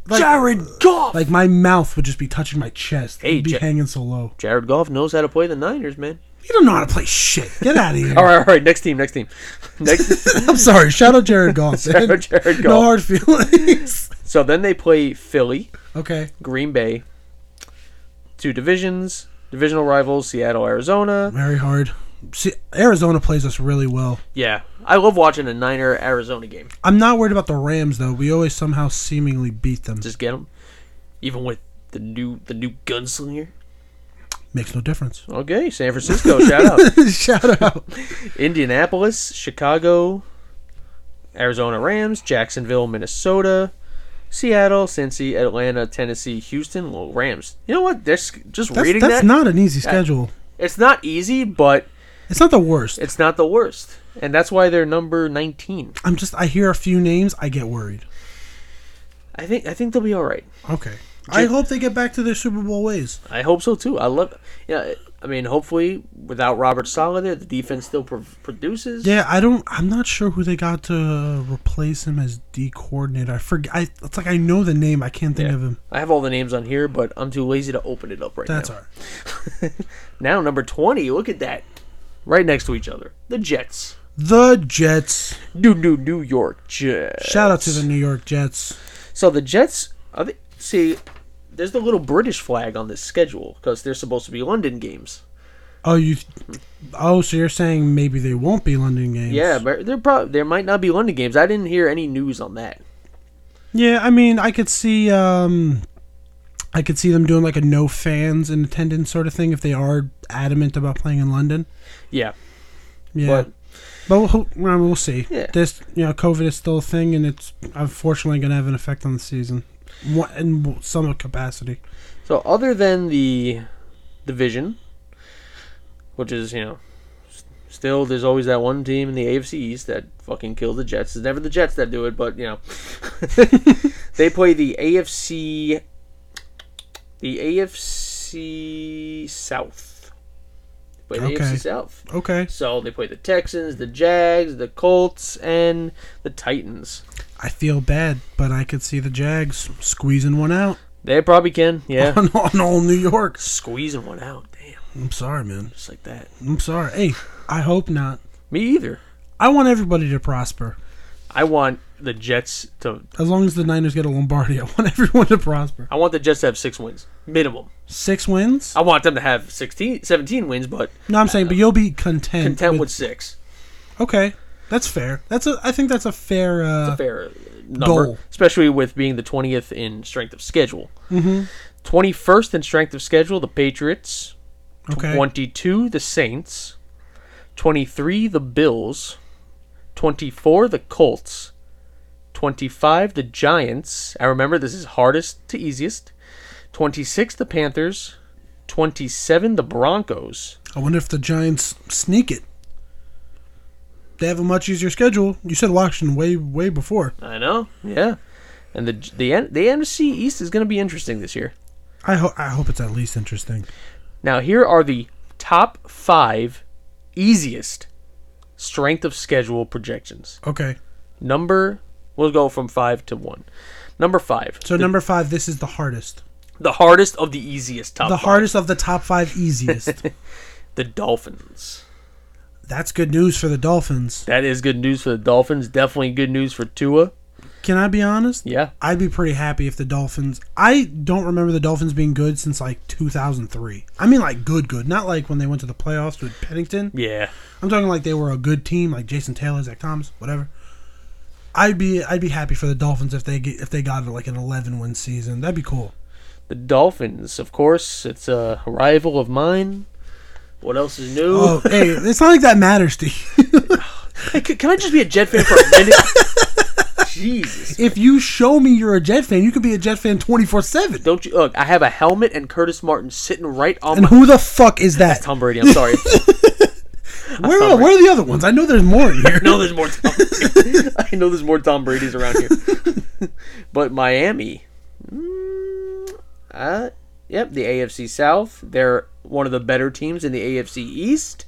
Jared Goff. Like my mouth would just be touching my chest. Hey, It'd be Jack- hanging so low. Jared Goff knows how to play the Niners, man. You don't know how to play shit. Get out of here. All right, all right. Next team, next team. Next. I'm sorry. Shout out Jared Goff. Shout out Jared No Goff. hard feelings. so then they play Philly, okay. Green Bay, two divisions, divisional rivals, Seattle, Arizona. Very hard. See, Arizona plays us really well. Yeah, I love watching a Niner Arizona game. I'm not worried about the Rams though. We always somehow seemingly beat them. Just get them, even with the new the new gunslinger. Makes no difference. Okay, San Francisco, shout out Shout out. Indianapolis, Chicago, Arizona Rams, Jacksonville, Minnesota. Seattle, Cincy, Atlanta, Tennessee, Houston, well, Rams. You know what? There's just That's, reading that's that. not an easy schedule. it's not easy, but It's not the worst. it's not the worst. And that's why they're number 19. I'm just I hear a few names, I get worried. I think I think they'll be all right. Okay. I hope they get back to their Super Bowl ways. I hope so too. I love yeah, I mean hopefully without Robert Sala there, the defense still pro- produces. Yeah, I don't. I'm not sure who they got to replace him as D coordinator. I forget. I, it's like I know the name. I can't think Yeah. of him. I have all the names on here, but I'm too lazy to open it up right That's now. all right. Now number 20, look at that. Right next to each other. The Jets. The Jets. New New New York Jets. Shout out to the New York Jets. So the Jets, are they, see, there's the little British flag on this schedule because they're supposed to be London games. Oh, you. Oh, so you're saying maybe they won't be London games? Yeah, but there probably there might not be London games. I didn't hear any news on that. Yeah. I mean, I could see. Um, I could see them doing like a no fans in attendance sort of thing if they are adamant about playing in London. Yeah, Yeah. but But we'll, hope- well, we'll see. Yeah. This, you know, COVID is still a thing, and it's unfortunately going to have an effect on the season, Wha- in w- some capacity. so other than the division, which is you know, s- still there's always that one team in the AFC East that fucking killed the Jets. It's never the Jets that do it, but you know, they play the AFC, the AFC South. They play the Okay. AFC South. Okay. So they play the Texans, the Jags, the Colts, and the Titans. I feel bad, but I could see the Jags squeezing one out They probably can, yeah. on, on all New York. Squeezing one out, damn, I'm sorry, man. just like that. I'm sorry. Hey, I hope not. Me either. I want everybody to prosper. I want the Jets to. As long as the Niners get a Lombardi, I want everyone to prosper. I want the Jets to have six wins minimum. Six wins? I want them to have 16, 17 wins, but No, I'm saying, but you'll be content. content with, six. Okay, that's fair. That's a. I think that's a fair. Uh, Fair number, Goal. especially with being the twentieth in strength of schedule. Twenty first mm-hmm. in strength of schedule, the Patriots. okay. 22 the Saints, 23 the Bills, 24 the Colts, 25 the Giants. I remember this is hardest to easiest. 26 the Panthers, 27 the Broncos. I wonder if the Giants sneak it. They have a much easier schedule. You said Washington way way before. I know. Yeah. And the the N- the NFC East is going to be interesting this year. I hope I hope it's at least interesting. Now here are the top 5 easiest strength of schedule projections. Okay. Number we'll go from 5 to 1. Number 5. So number 5 this is the hardest. The hardest of the easiest top The five. hardest of the top 5 easiest. the Dolphins. That's good news for the Dolphins. That is good news for the Dolphins. Definitely good news for Tua. Can I be honest? Yeah. I'd be pretty happy if the Dolphins. I don't remember the Dolphins being good since like 2003. I mean, like good, good, not like when they went to the playoffs with Pennington. Yeah. I'm talking like they were a good team, like Jason Taylor, Zach Thomas, whatever. I'd be I'd be happy for the Dolphins if they get, if they got like an 11 win season. That'd be cool. The Dolphins, of course, it's a rival of mine. What else is new? Oh, hey, it's not like that matters, Steve. Hey, c- can I just be a Jet fan for a minute? Jesus. If you show me you're a Jet fan, you could be a Jet fan 24 seven. Don't you look? I have a helmet and Curtis Martin sitting right on And my. who the fuck is that? Tom Brady, I'm sorry. Where are, where are the other ones? I know there's more in I here. know there's more Tom. Brady. I know there's more Tom Brady's around here. but Miami, mm, uh, yep, the AFC South. They're one of the better teams in the AFC East.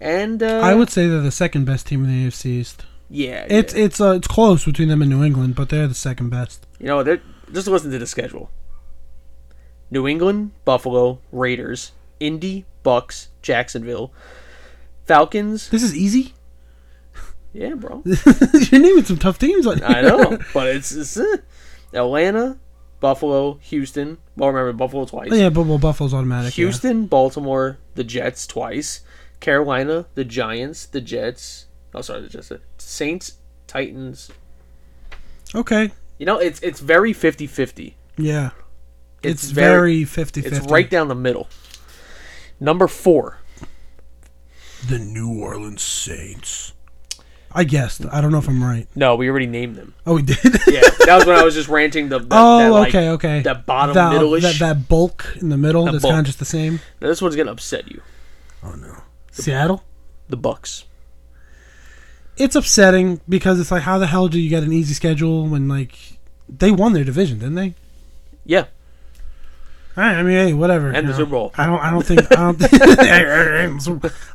And uh, I would say they're the second best team in the AFC East. yeah, It's yeah. it's uh, it's close between them and New England, but they're the second best. you know they're just listen to the schedule. New England, Buffalo, Raiders, Indy, Bucks, Jacksonville, Falcons. This is easy. Yeah, bro. You're naming some tough teams. On I know, but it's, it's eh. Atlanta, Buffalo, Houston. Well, remember Buffalo twice. Oh, yeah, but well, Buffalo's automatic. yeah. Houston, Baltimore, the Jets twice. Carolina, the Giants, the Jets. Oh, sorry, the Jets. Saints, Titans. Okay. You know, it's it's very 50-50. Yeah. It's It's, very- very 50 It's right down the middle. Number four. The New Orleans Saints. I guessed. I don't know if I'm right. No, we already named them. Oh, we did? Yeah, that was when I was just ranting the. the oh, that, like, okay, okay. That bottom that, middle-ish. That, that bulk in the middle that's bulk. kind of just the same. Now, this one's gonna upset you. Oh no. Seattle? The Bucks. It's upsetting because it's like, how the hell do you get an easy schedule when, like, they won their division, didn't they? Yeah, I I mean, hey, whatever. And you the Super Bowl. I don't. I don't think. I don't, I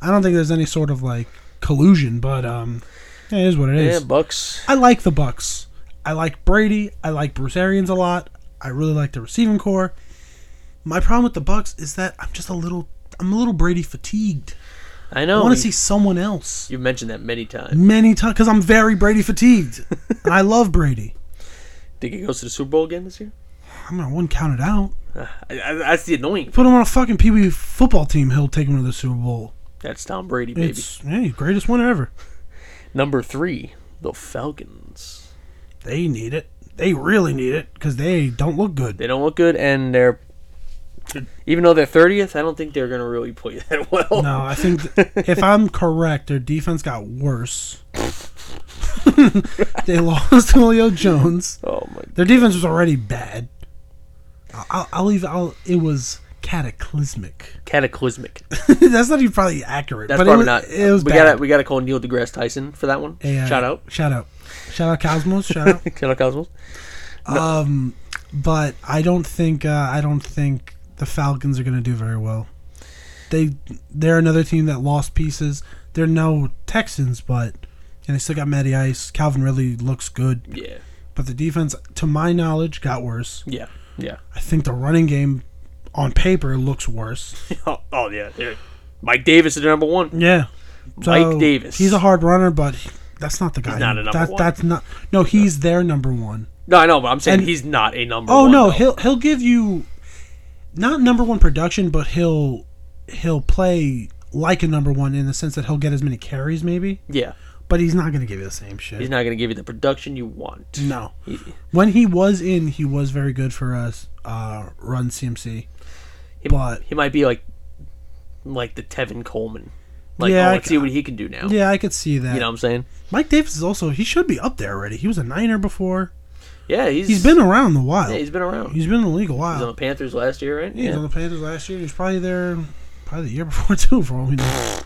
don't think there's any sort of like collusion, but um, it is what it yeah, is. Bucks. I like the Bucks. I like Brady. I like Bruce Arians a lot. I really like the receiving core. My problem with the Bucks is that I'm just a little. I'm a little Brady fatigued. I I know. want you- to see someone else You've mentioned that many times. many times because I'm very Brady fatigued. and I love Brady. Think he goes to the Super Bowl again this year? Ah, I'm not one count it out. I, I, that's the annoying. Put him on a fucking Pee Wee football team. He'll take him to the Super Bowl. That's Tom Brady, baby. It's hey, greatest winner ever. Number three, the Falcons. They need it. They really need it because they don't look good. They don't look good, and they're even though they're thirtieth. I don't think they're gonna really play that well. No, I think th- if I'm correct, their defense got worse. they lost Julio Jones. Oh my! Their defense was already bad. I'll, I'll, I'll leave. I'll, it was cataclysmic. Cataclysmic. That's not even probably accurate. That's but probably it not. was, It was we bad. gotta we gotta call Neil deGrasse Tyson for that one. Yeah. Shout out, Shout out. Shout out Cosmos. Shout out. shout out Cosmos. Um, but I don't think uh, I don't think the Falcons are going to do very well. They they're another team that lost pieces. They're no Texans, but and they still got Matty Ice. Calvin Ridley looks good, Yeah, but the defense, to my knowledge, got worse. yeah, yeah. I think the running game, on paper, looks worse. Oh, oh yeah. they're- Mike Davis is their number one. Yeah, Mike Davis. He's a hard runner, but he- that's not the guy. not a number That- one. That's not. No, he's their number one. No, I know, but I'm saying And- he's not a number. Oh one, no, though. he'll he'll give you not number one production, but he'll he'll play like a number one in the sense that he'll get as many carries maybe, yeah, but he's not gonna give you the same he's shit. not gonna give you the production you want. No, when he was in, he was very good for us. Uh, run CMC. He, But- he might be like like the Tevin Coleman. Like, Yeah, oh, I let's c- see what he can do now. Yeah, I could see that. You know what I'm saying? Mike Davis is also he should be up there already. He was a Niner before. Yeah, he's He's been around the while. yeah, he's been around. He's he's been in the league a while. on the Panthers last year, right? He was on the Panthers last year. He was probably there, probably the year before too. For all we know.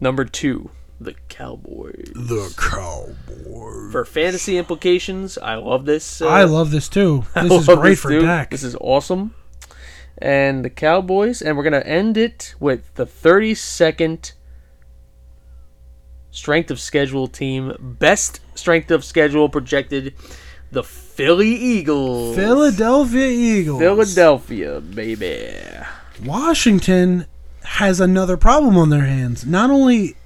Number two, the Cowboys. The Cowboy. For fantasy implications, I love this. uh, I love this too. This is love great this, for dude. Dak. This is awesome. And the Cowboys, and we're gonna end it with the 32nd strength of schedule team, best strength of schedule projected, the Philly Eagles. Philadelphia Eagles. Philadelphia, baby. Washington has another problem on their hands. Not only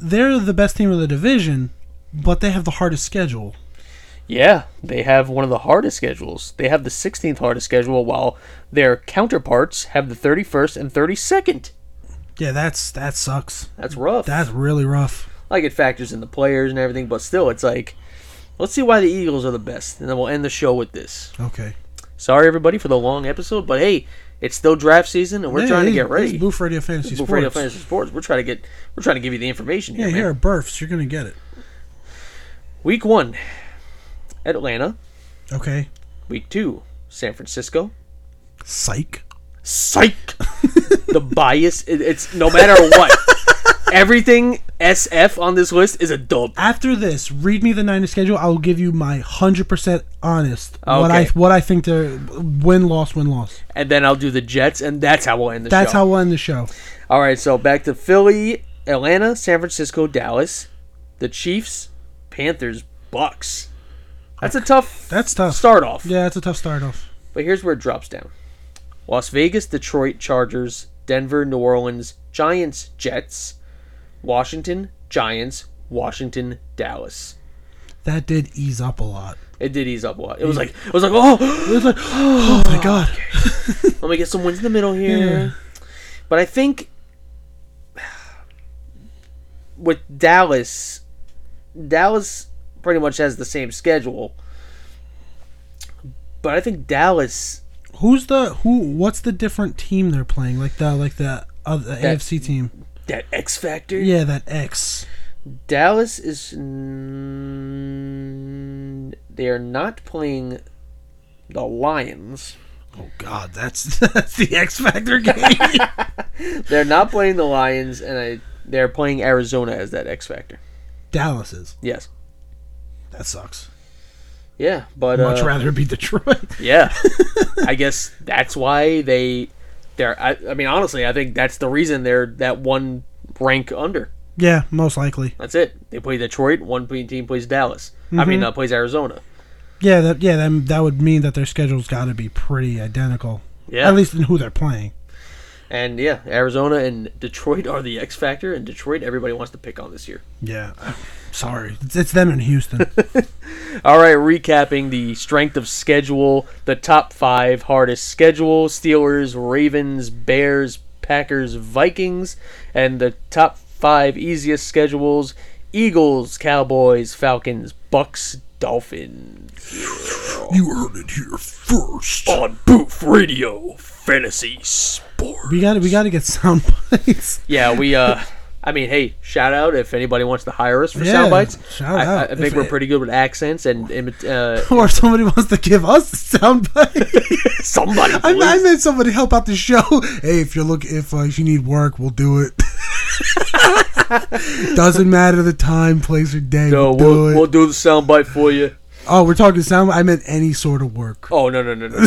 they're the best team of the division, but they have the hardest schedule. Yeah, they have one of the hardest schedules. They have the 16th hardest schedule, while their counterparts have the 31st and 32nd. Yeah, that's that sucks. That's rough. That's really rough. like it factors in the players and everything, but still, it's like, let's see why the Eagles are the best, and then we'll end the show with this. Okay. Sorry everybody for the long episode, but hey, it's still draft season, and we're Yeah, trying to it's- get ready. it's Boof Radio Fantasy Boof Sports. Radio Fantasy Sports. We're trying to get, we're trying to give you the information Yeah, here, man. here at Burfs, you're gonna get it. Week one, Atlanta. Okay. Week two, San Francisco. Psych. Psych. the bias, it, it's no matter what. Everything SF on this list is a dub. After this, read me the Niner schedule. I will give you my hundred percent honest what I Okay. what I think they're win loss win loss. And then I'll do the Jets, and that's how we'll end the That's show. how we'll end the show. All right, so back to Philly, Atlanta, San Francisco, Dallas, the Chiefs, Panthers, Bucks. That's a tough That's tough. start off. Yeah, it's a tough start off. But here's where it drops down. Las Vegas, Detroit, Chargers, Denver, New Orleans, Giants, Jets, Washington, Giants, Washington, Dallas. That did ease up a lot. It did ease up a lot. It was like it was like, oh, It was like, oh my god. let me get some wins in the middle here. But I think with Dallas, Dallas pretty much has the same schedule. But I think Dallas, Who's the who? What's the different team they're playing? Like the like the other e- AFC team. that X factor, Yeah, that X. Dallas is mm, they are not playing the Lions. Oh god, that's that's the X Factor game. They're not playing the Lions, and I they're playing Arizona as that X factor. Dallas is. Yes, That sucks. yeah, but Much uh, rather be Detroit. Yeah, I guess that's why they they're. I, I mean, honestly, I think that's the reason they're that one rank under. yeah, most likely. That's it. They play Detroit. One pe- team plays Dallas. I mean, uh, plays Arizona. Yeah, that yeah, that, that would mean that their schedule's got to be pretty identical. Yeah, At least in who they're playing. and yeah, Arizona and Detroit are the X factor. And Detroit, everybody wants to pick on this year. Yeah. Sorry, it's, it's them in Houston. All right, recapping the strength of schedule, the top five hardest schedule Steelers, Ravens, Bears, Packers, Vikings, and the top five easiest schedules Eagles, Cowboys, Falcons, Bucks, Dolphins. You heard it here first. On Booth Radio Fantasy Sport. we got to we got to get sound bites. Yeah, we, uh, I mean, hey, shout out if anybody wants to hire us for Yeah, sound bites. shout I, out. I think If we're it- pretty good with accents and imit- uh, Or if somebody wants to give us a sound bite. somebody. I, I please. made somebody help out the show. Hey, if you're look, if uh, if you need work, we'll do it. Doesn't matter the time, place, or day. No, we'll, do we'll, it. we'll do the soundbite for you. oh, we're talking sound. I meant any sort of work. Oh no no no no!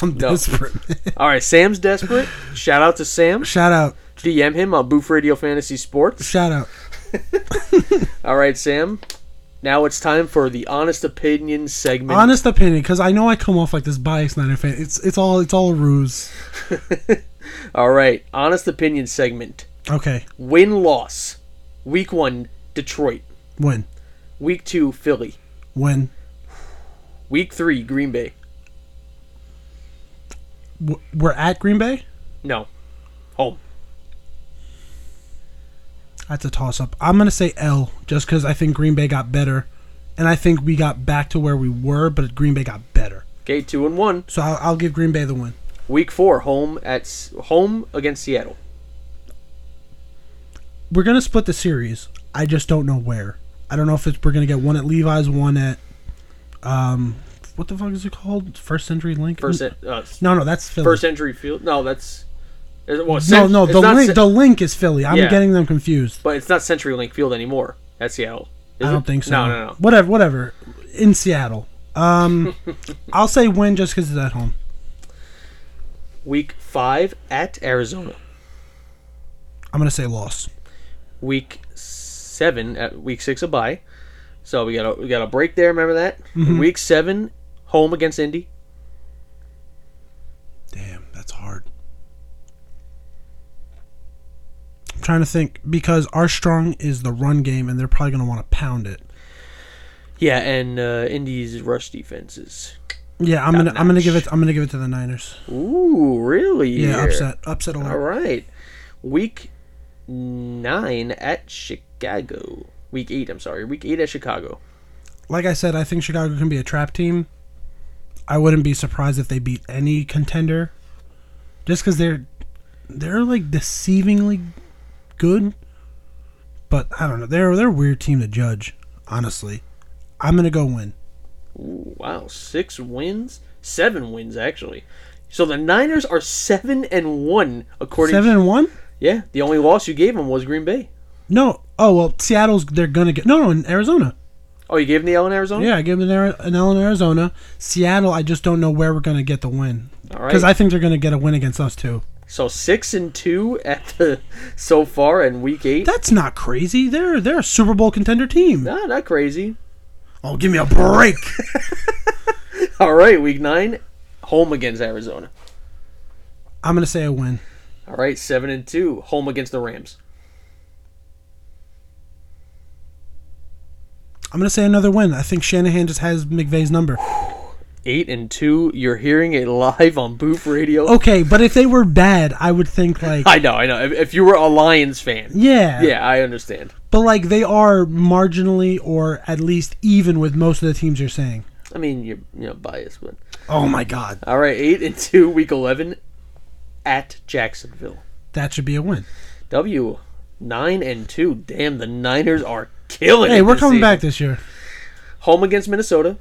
I'm no. desperate. All right, Sam's desperate. Shout out to Sam. shout out! DM him on Boof Radio Fantasy Sports. Shout out! All right, Sam. Now it's time for the honest opinion segment. Honest opinion, because I know I come off like this biased Niner fan. It's it's all it's all a ruse. All right, honest opinion segment. Okay, Win loss. Week one, Detroit. when Week two, Philly. when Week three, Green Bay. w- we're at Green Bay, No, home. that's a toss up. I'm gonna say L, just because I think Green Bay got better, and I think we got back to where we were, but Green Bay got better. Okay, two and one. So I'll, I'll give Green Bay the win. Week four, home at S- home against Seattle. We're gonna split the series. I just don't know where. I don't know if it's we're gonna get one at Levi's, one at um, what the fuck is it called? First Century Link. First, en- uh, No, no, that's Philly. first entry field. No, that's Is it- well, No, Cent- no, it's the not link, Cent- the link is Philly. I'm Yeah. getting them confused. but it's not CenturyLink Field anymore. That's Seattle. Is I it? don't think so. No, no, no. Whatever, whatever. In Seattle, um, I'll say win just because it's at home. Week five at Arizona. I'm gonna say loss. Week seven at week six a bye. So we got a we got a break there. Remember that. Mm-hmm. Week seven, home against Indy. Damn, that's hard. I'm trying to think because our strong is the run game, and they're probably gonna want to pound it. Yeah, and uh, Indy's rush defense is. Yeah, I'm gonna, I'm gonna give it, I'm gonna give it to the Niners. Ooh, really? Yeah, upset, upset All alert. right. Week nine at Chicago. Week eight, I'm sorry. Week eight at Chicago. Like I said, I think Chicago can be a trap team. I wouldn't be surprised if they beat any contender, just because they're, they're like deceivingly good. But I don't know, they're they're a weird team to judge. Honestly, I'm gonna go win. Ooh, wow. Six wins? Seven wins, actually. So the Niners are seven and one, according Seven to. and one. Yeah, the only loss you gave them was Green Bay. No. Oh well, Seattle's they're gonna get no no in Arizona. Oh, you gave them the L in Arizona? Yeah, I give them an, Ari- an L in Arizona. Seattle, I just don't know where we're gonna get the win All right. because I think they're gonna get a win against us too. so six and two at the so far in week eight. That's not crazy. They're they're a Super Bowl contender team. Nah, not crazy. Oh, give me a break. All right, week nine, home against Arizona. I'm gonna say a win. All right, seven and two, home against the Rams. I'm gonna say another win. I think Shanahan just has McVay's number. Eight and two, you're hearing it live on Boof Radio. Okay, but if they were bad, I would think like I know, I know. If, if you were a Lions fan, yeah, yeah, I understand. But like they are marginally or at least even with most of the teams you're saying. I mean, you're you know biased, but Oh my God, all right, eight and two, week eleven, at Jacksonville. that should be a win. W nine and two. Damn, the Niners are killing. Hey, it we're this coming season. back this year. Home against Minnesota.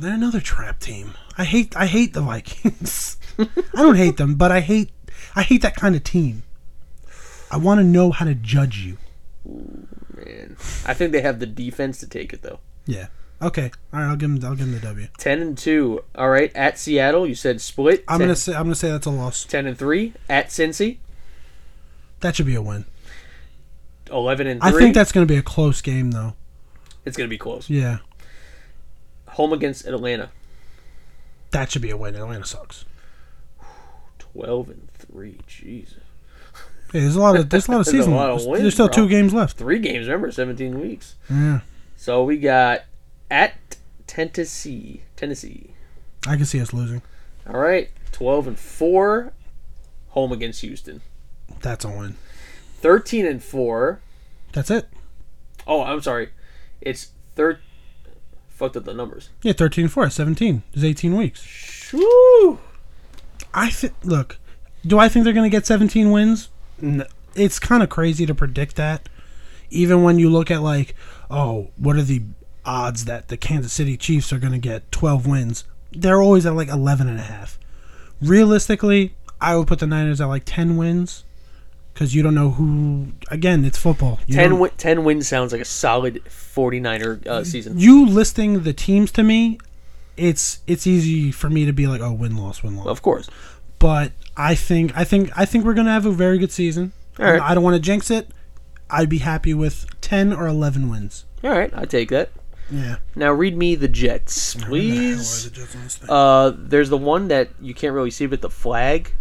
They're another trap team. I hate I hate the Vikings. I don't hate them, but I hate I hate that kind of team. I want to know how to judge you. Man, I think they have the defense to take it though. Yeah. Okay. All right. I'll give them. I'll give them the W. Ten and two. All right, at Seattle. You said split. I'm 10, gonna say. I'm gonna say that's a loss. ten and three at Cincy. That should be a win. Eleven and I three. think that's gonna be a close game though. it's gonna be close. Yeah. Home against Atlanta. That should be a win. Atlanta sucks. Twelve and three. Jesus. Hey, there's a lot of there's a lot of There's a season. lot of left. wins, there's still bro. two games left. Three games. Remember, seventeen weeks. Yeah. So we got at Tennessee. Tennessee. I can see us losing. All right, twelve and four. Home against Houston. That's a win. Thirteen and four. That's it. Oh, I'm sorry. It's third. Fucked up the numbers. Yeah. 13-4. 17. There's 18 weeks. Shoo! I thi- look. Do I think they're going to get 17 wins? N It's kind of crazy to predict that. Even when you look at like, oh, what are the odds that the Kansas City Chiefs are going to get 12 wins? They're always at like 11 and a half. Realistically, I would put the Niners at like 10 wins cuz you don't know who again, it's football. You Ten don't- win, ten wins sounds like a solid 49er uh, season. you listing the teams to me, it's it's easy for me to be like, oh, win loss, win loss. Of course. but I think I think I think we're gonna have a very good season. All right. I don't want to jinx it. I'd be happy with ten or eleven wins. All right, I take that. Yeah, Now read me the Jets, please. Uh, there's the one that you can't really see, but the flag.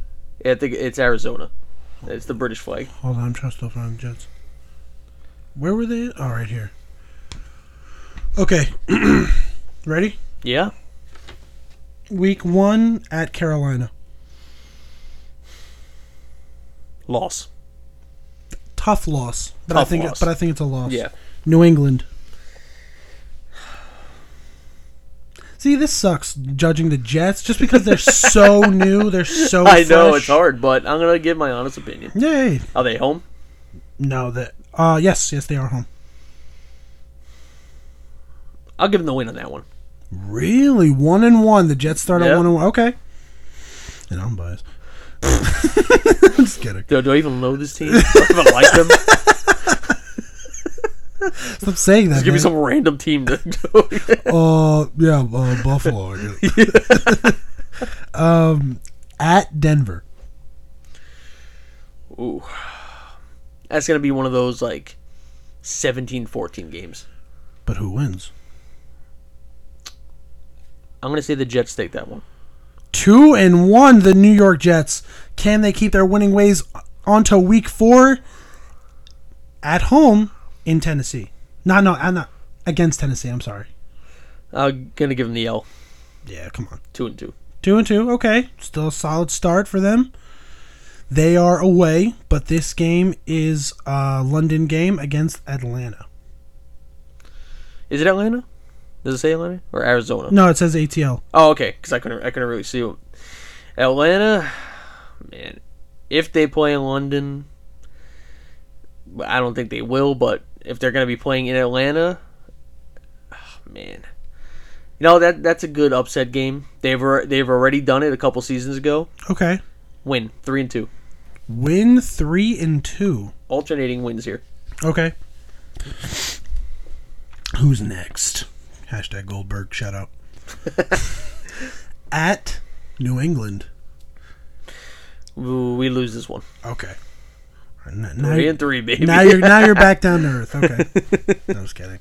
I think it's Arizona. It's the British flag. Hold on, I'm trying to still find the Jets. Where were they? Oh, right here. Okay, ready? Yeah. Week one at Carolina. Loss. Tough loss, but I Tough think loss. but I think it's a loss. Yeah. New England. See, this sucks judging the Jets just because they're so new. They're so. I know fresh. it's hard, but I'm gonna give my honest opinion. Yay! Are they home? No, that. Uh, yes, yes, they are home. I'll give them the win on that one. Really, one and one. The Jets start at Yep. one and one. Okay. And I'm biased. Just kidding. Do, do I even know this team? Do I even like them? Just Stop saying that. give me man. some random team to. Uh, yeah, uh, Buffalo. I guess. um, at Denver. Ooh. That's going to be one of those, like, 17 14 games. But who wins? I'm going to say the Jets take that one. Two and one, the New York Jets. Can they keep their winning ways onto week four at home in Tennessee? No, no, I'm not against Tennessee. I'm sorry. I'm going to give them the L. Yeah, come on. 2 and 2. Two and two. Okay, still a solid start for them. They are away, but this game is a London game against Atlanta. Is it Atlanta? Does it say Atlanta? Or Arizona? No, it says ATL. Oh, okay. Because I couldn't, I couldn't really see them. Atlanta, man, if they play in London, I don't think they will. But if they're going to be playing in Atlanta, ah, man, you know that that's a good upset game. They've alre- they've already done it a couple seasons ago. Okay. Win three and two, Win three and two. alternating wins here. Okay. Who's next? Hashtag Goldberg shout out. At New England. Ooh, We lose this one. Okay. Alright, n- Now, Three you- and three, baby. now you're now you're back down to earth. Okay. No, I was kidding.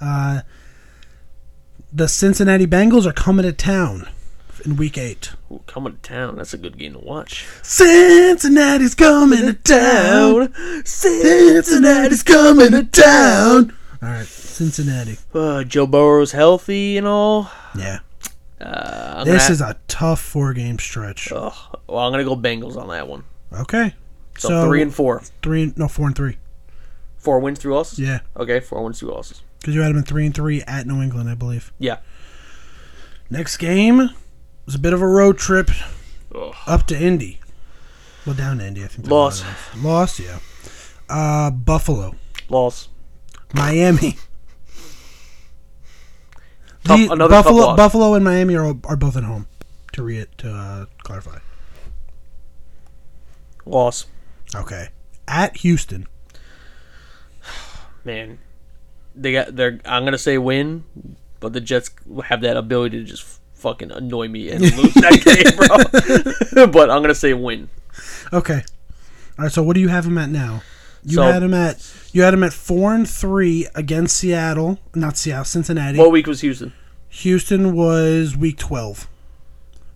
Uh, the Cincinnati Bengals are coming to town in week eight. Ooh, coming to town. That's a good game to watch. Cincinnati's coming to town. Cincinnati's coming to town. All right, Cincinnati. Uh, Joe Burrow's healthy and all. Yeah, Uh, I'm this gonna- is a tough four-game stretch. Ugh. Well, I'm gonna go Bengals on that one. Okay, So, three and four, three and- no four and three. four wins, three losses. Yeah, Okay, four wins, two losses. because you had them in three and three at New England, I believe. Yeah. Next game was a bit of a road trip Ugh. up to Indy. Well, down to Indy, I think. they Loss. won that. Loss. Yeah. Uh, Buffalo, Loss. Miami. Tough- The- another tough Buffalo, loss. Buffalo and Miami are, are both at home. To re to uh, clarify. Loss. Okay. At Houston. Man, they got. They're. I'm gonna say win, but the Jets have that ability to just fucking annoy me and lose that game, bro. but I'm gonna say win. Okay. All right. So what do you have him at now? You So- had him at you had him at four and three against Seattle, not Seattle, Cincinnati. What week was Houston? Houston was week twelve.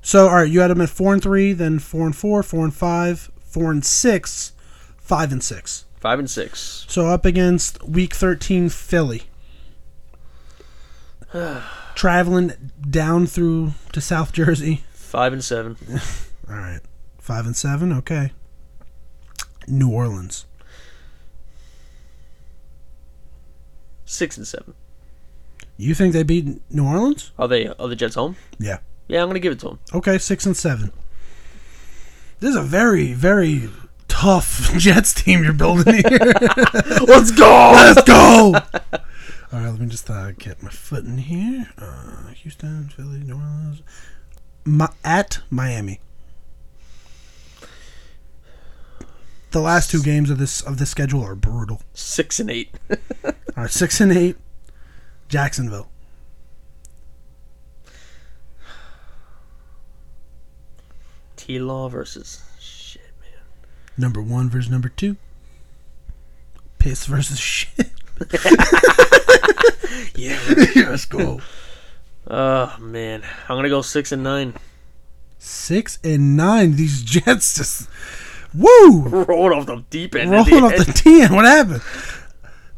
So all right, you had him at four and three, then four and four, four and five, four and six, five and six. Five and six. So up against week thirteen Philly. Traveling down through to South Jersey. Five and seven. All right. Five and seven. Okay. New Orleans. Six and seven. You think they beat New Orleans? Are they? Are the Jets home? Yeah. Yeah, I'm gonna give it to them. Okay. Six and seven. This is a very, very tough Jets team you're building here. Let's go. Let's go. All right. Let me just uh, get my foot in here. Uh, Houston, Philly, New Orleans. Mi- at Miami. The last two games of this of this schedule are brutal. Six and eight. All right, six and eight. Jacksonville. T Law versus shit, man. Number one versus number two. Piss versus shit. Yeah. Let's go. Oh man, I'm gonna go six and nine. Six and nine. These Jets just woo Rolling off the deep end. at the rolling off the end. ten. What happened?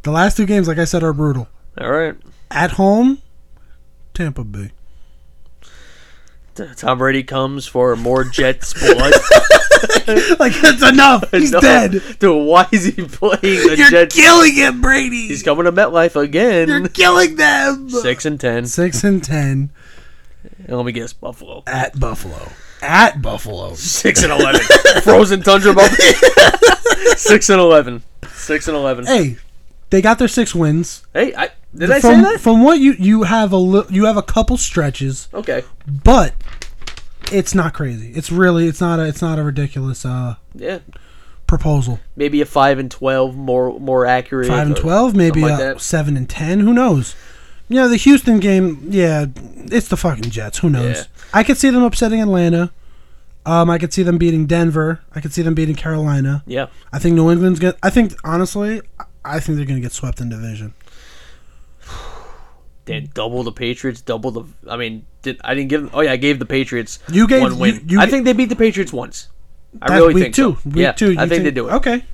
The last two games, like I said, are brutal. All right, At home, Tampa Bay. T- Tom Brady comes for more Jets blood. Like that's enough. He's No. dead. dude. Why is he playing the You're Jets? killing it, Brady. He's coming to MetLife You're again. killing them. Six and ten. Six and ten And let me guess, Buffalo. at Buffalo. At Buffalo. Six and eleven. Frozen tundra Buffalo. Six and eleven. Six and eleven. Hey, Hey, they got their six wins. I did I from, say that? From what you you have a li- you have a couple stretches, Okay. but it's not crazy. It's really it's not a it's not a ridiculous uh Yeah, proposal. maybe a five and twelve more more accurate. Five and or twelve, maybe something like a that. seven and ten. Who knows? Yeah, the Houston game. Yeah, it's the fucking Jets. Who knows? Yeah. I could see them upsetting Atlanta. Um, I could see them beating Denver. I could see them beating Carolina. Yeah, I think New England's gonna. I think honestly, I- I think they're gonna get swept in division. then double the Patriots, double the. I mean, did I didn't give? Oh yeah, I gave the Patriots. You gave- one win. you- you I ga- think they beat the Patriots once. I That's really week think two. so. Week yeah, two. you I think they do it. Okay.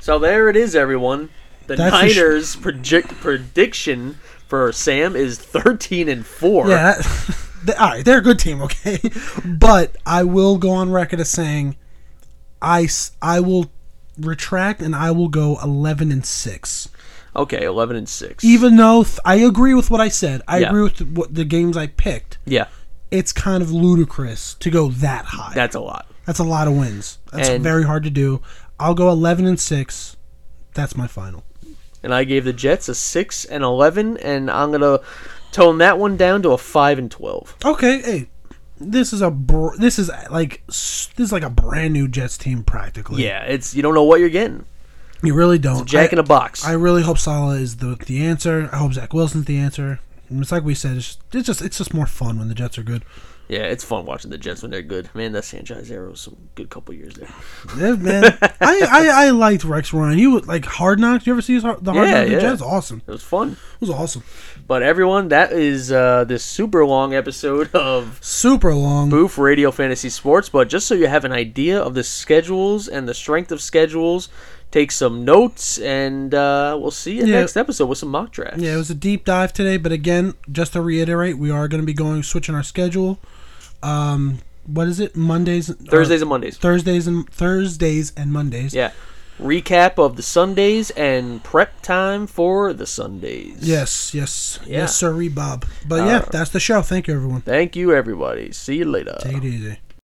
So there it is, everyone. The That's a sh- Niners project prediction for Sam is thirteen and four. Yeah. that- they- all right, they're a good team. Okay, but I will go on record as saying, I s- I will retract and I will go eleven and six. Okay, eleven and six. even though th- I agree with what I said, I Yeah. agree with what the games I picked. Yeah, It's kind of ludicrous to go that high. that's a lot. That's a lot of wins. That's And- very hard to do. I'll go eleven and six. That's my final. And I gave the Jets a six and eleven, and I'm gonna tone that one down to a five and twelve. Okay, hey, this is a br- this is like s- this is like a brand new Jets team practically. Yeah, it's you don't know what you're getting. you really don't. Jack I, in a box. I really hope Salah is the the answer. I hope Zach Wilson's the answer. And it's like we said. It's just, it's just it's just more fun when the Jets are good. yeah, it's fun watching the Jets when they're good. Man, that Sanchez arrow was some good couple years there. Yeah, man. I, I, I liked Rex Ryan. You like Hard Knocks? You ever see his, Har- the Hard Yeah, Knocks? yeah. Yeah. That's awesome. It was fun. It was awesome. But everyone, that is uh, this super long episode of Super long. Boof Radio Fantasy Sports. But just so you have an idea of the schedules and the strength of schedules, take some notes, and uh, we'll see you Yeah. next episode with some mock drafts. Yeah, it was a deep dive today. But again, just to reiterate, we are going to be going switching our schedule. Um, what is it? Mondays, or Thursdays and Mondays. Thursdays, and Thursdays and Mondays. Yeah. Recap of the Sundays and prep time for the Sundays. Yes, yes, Yeah. Uh, yes, sir, Bob. But yeah, that's the show. Thank you, everyone. Thank you, everybody. See you later. Take it easy.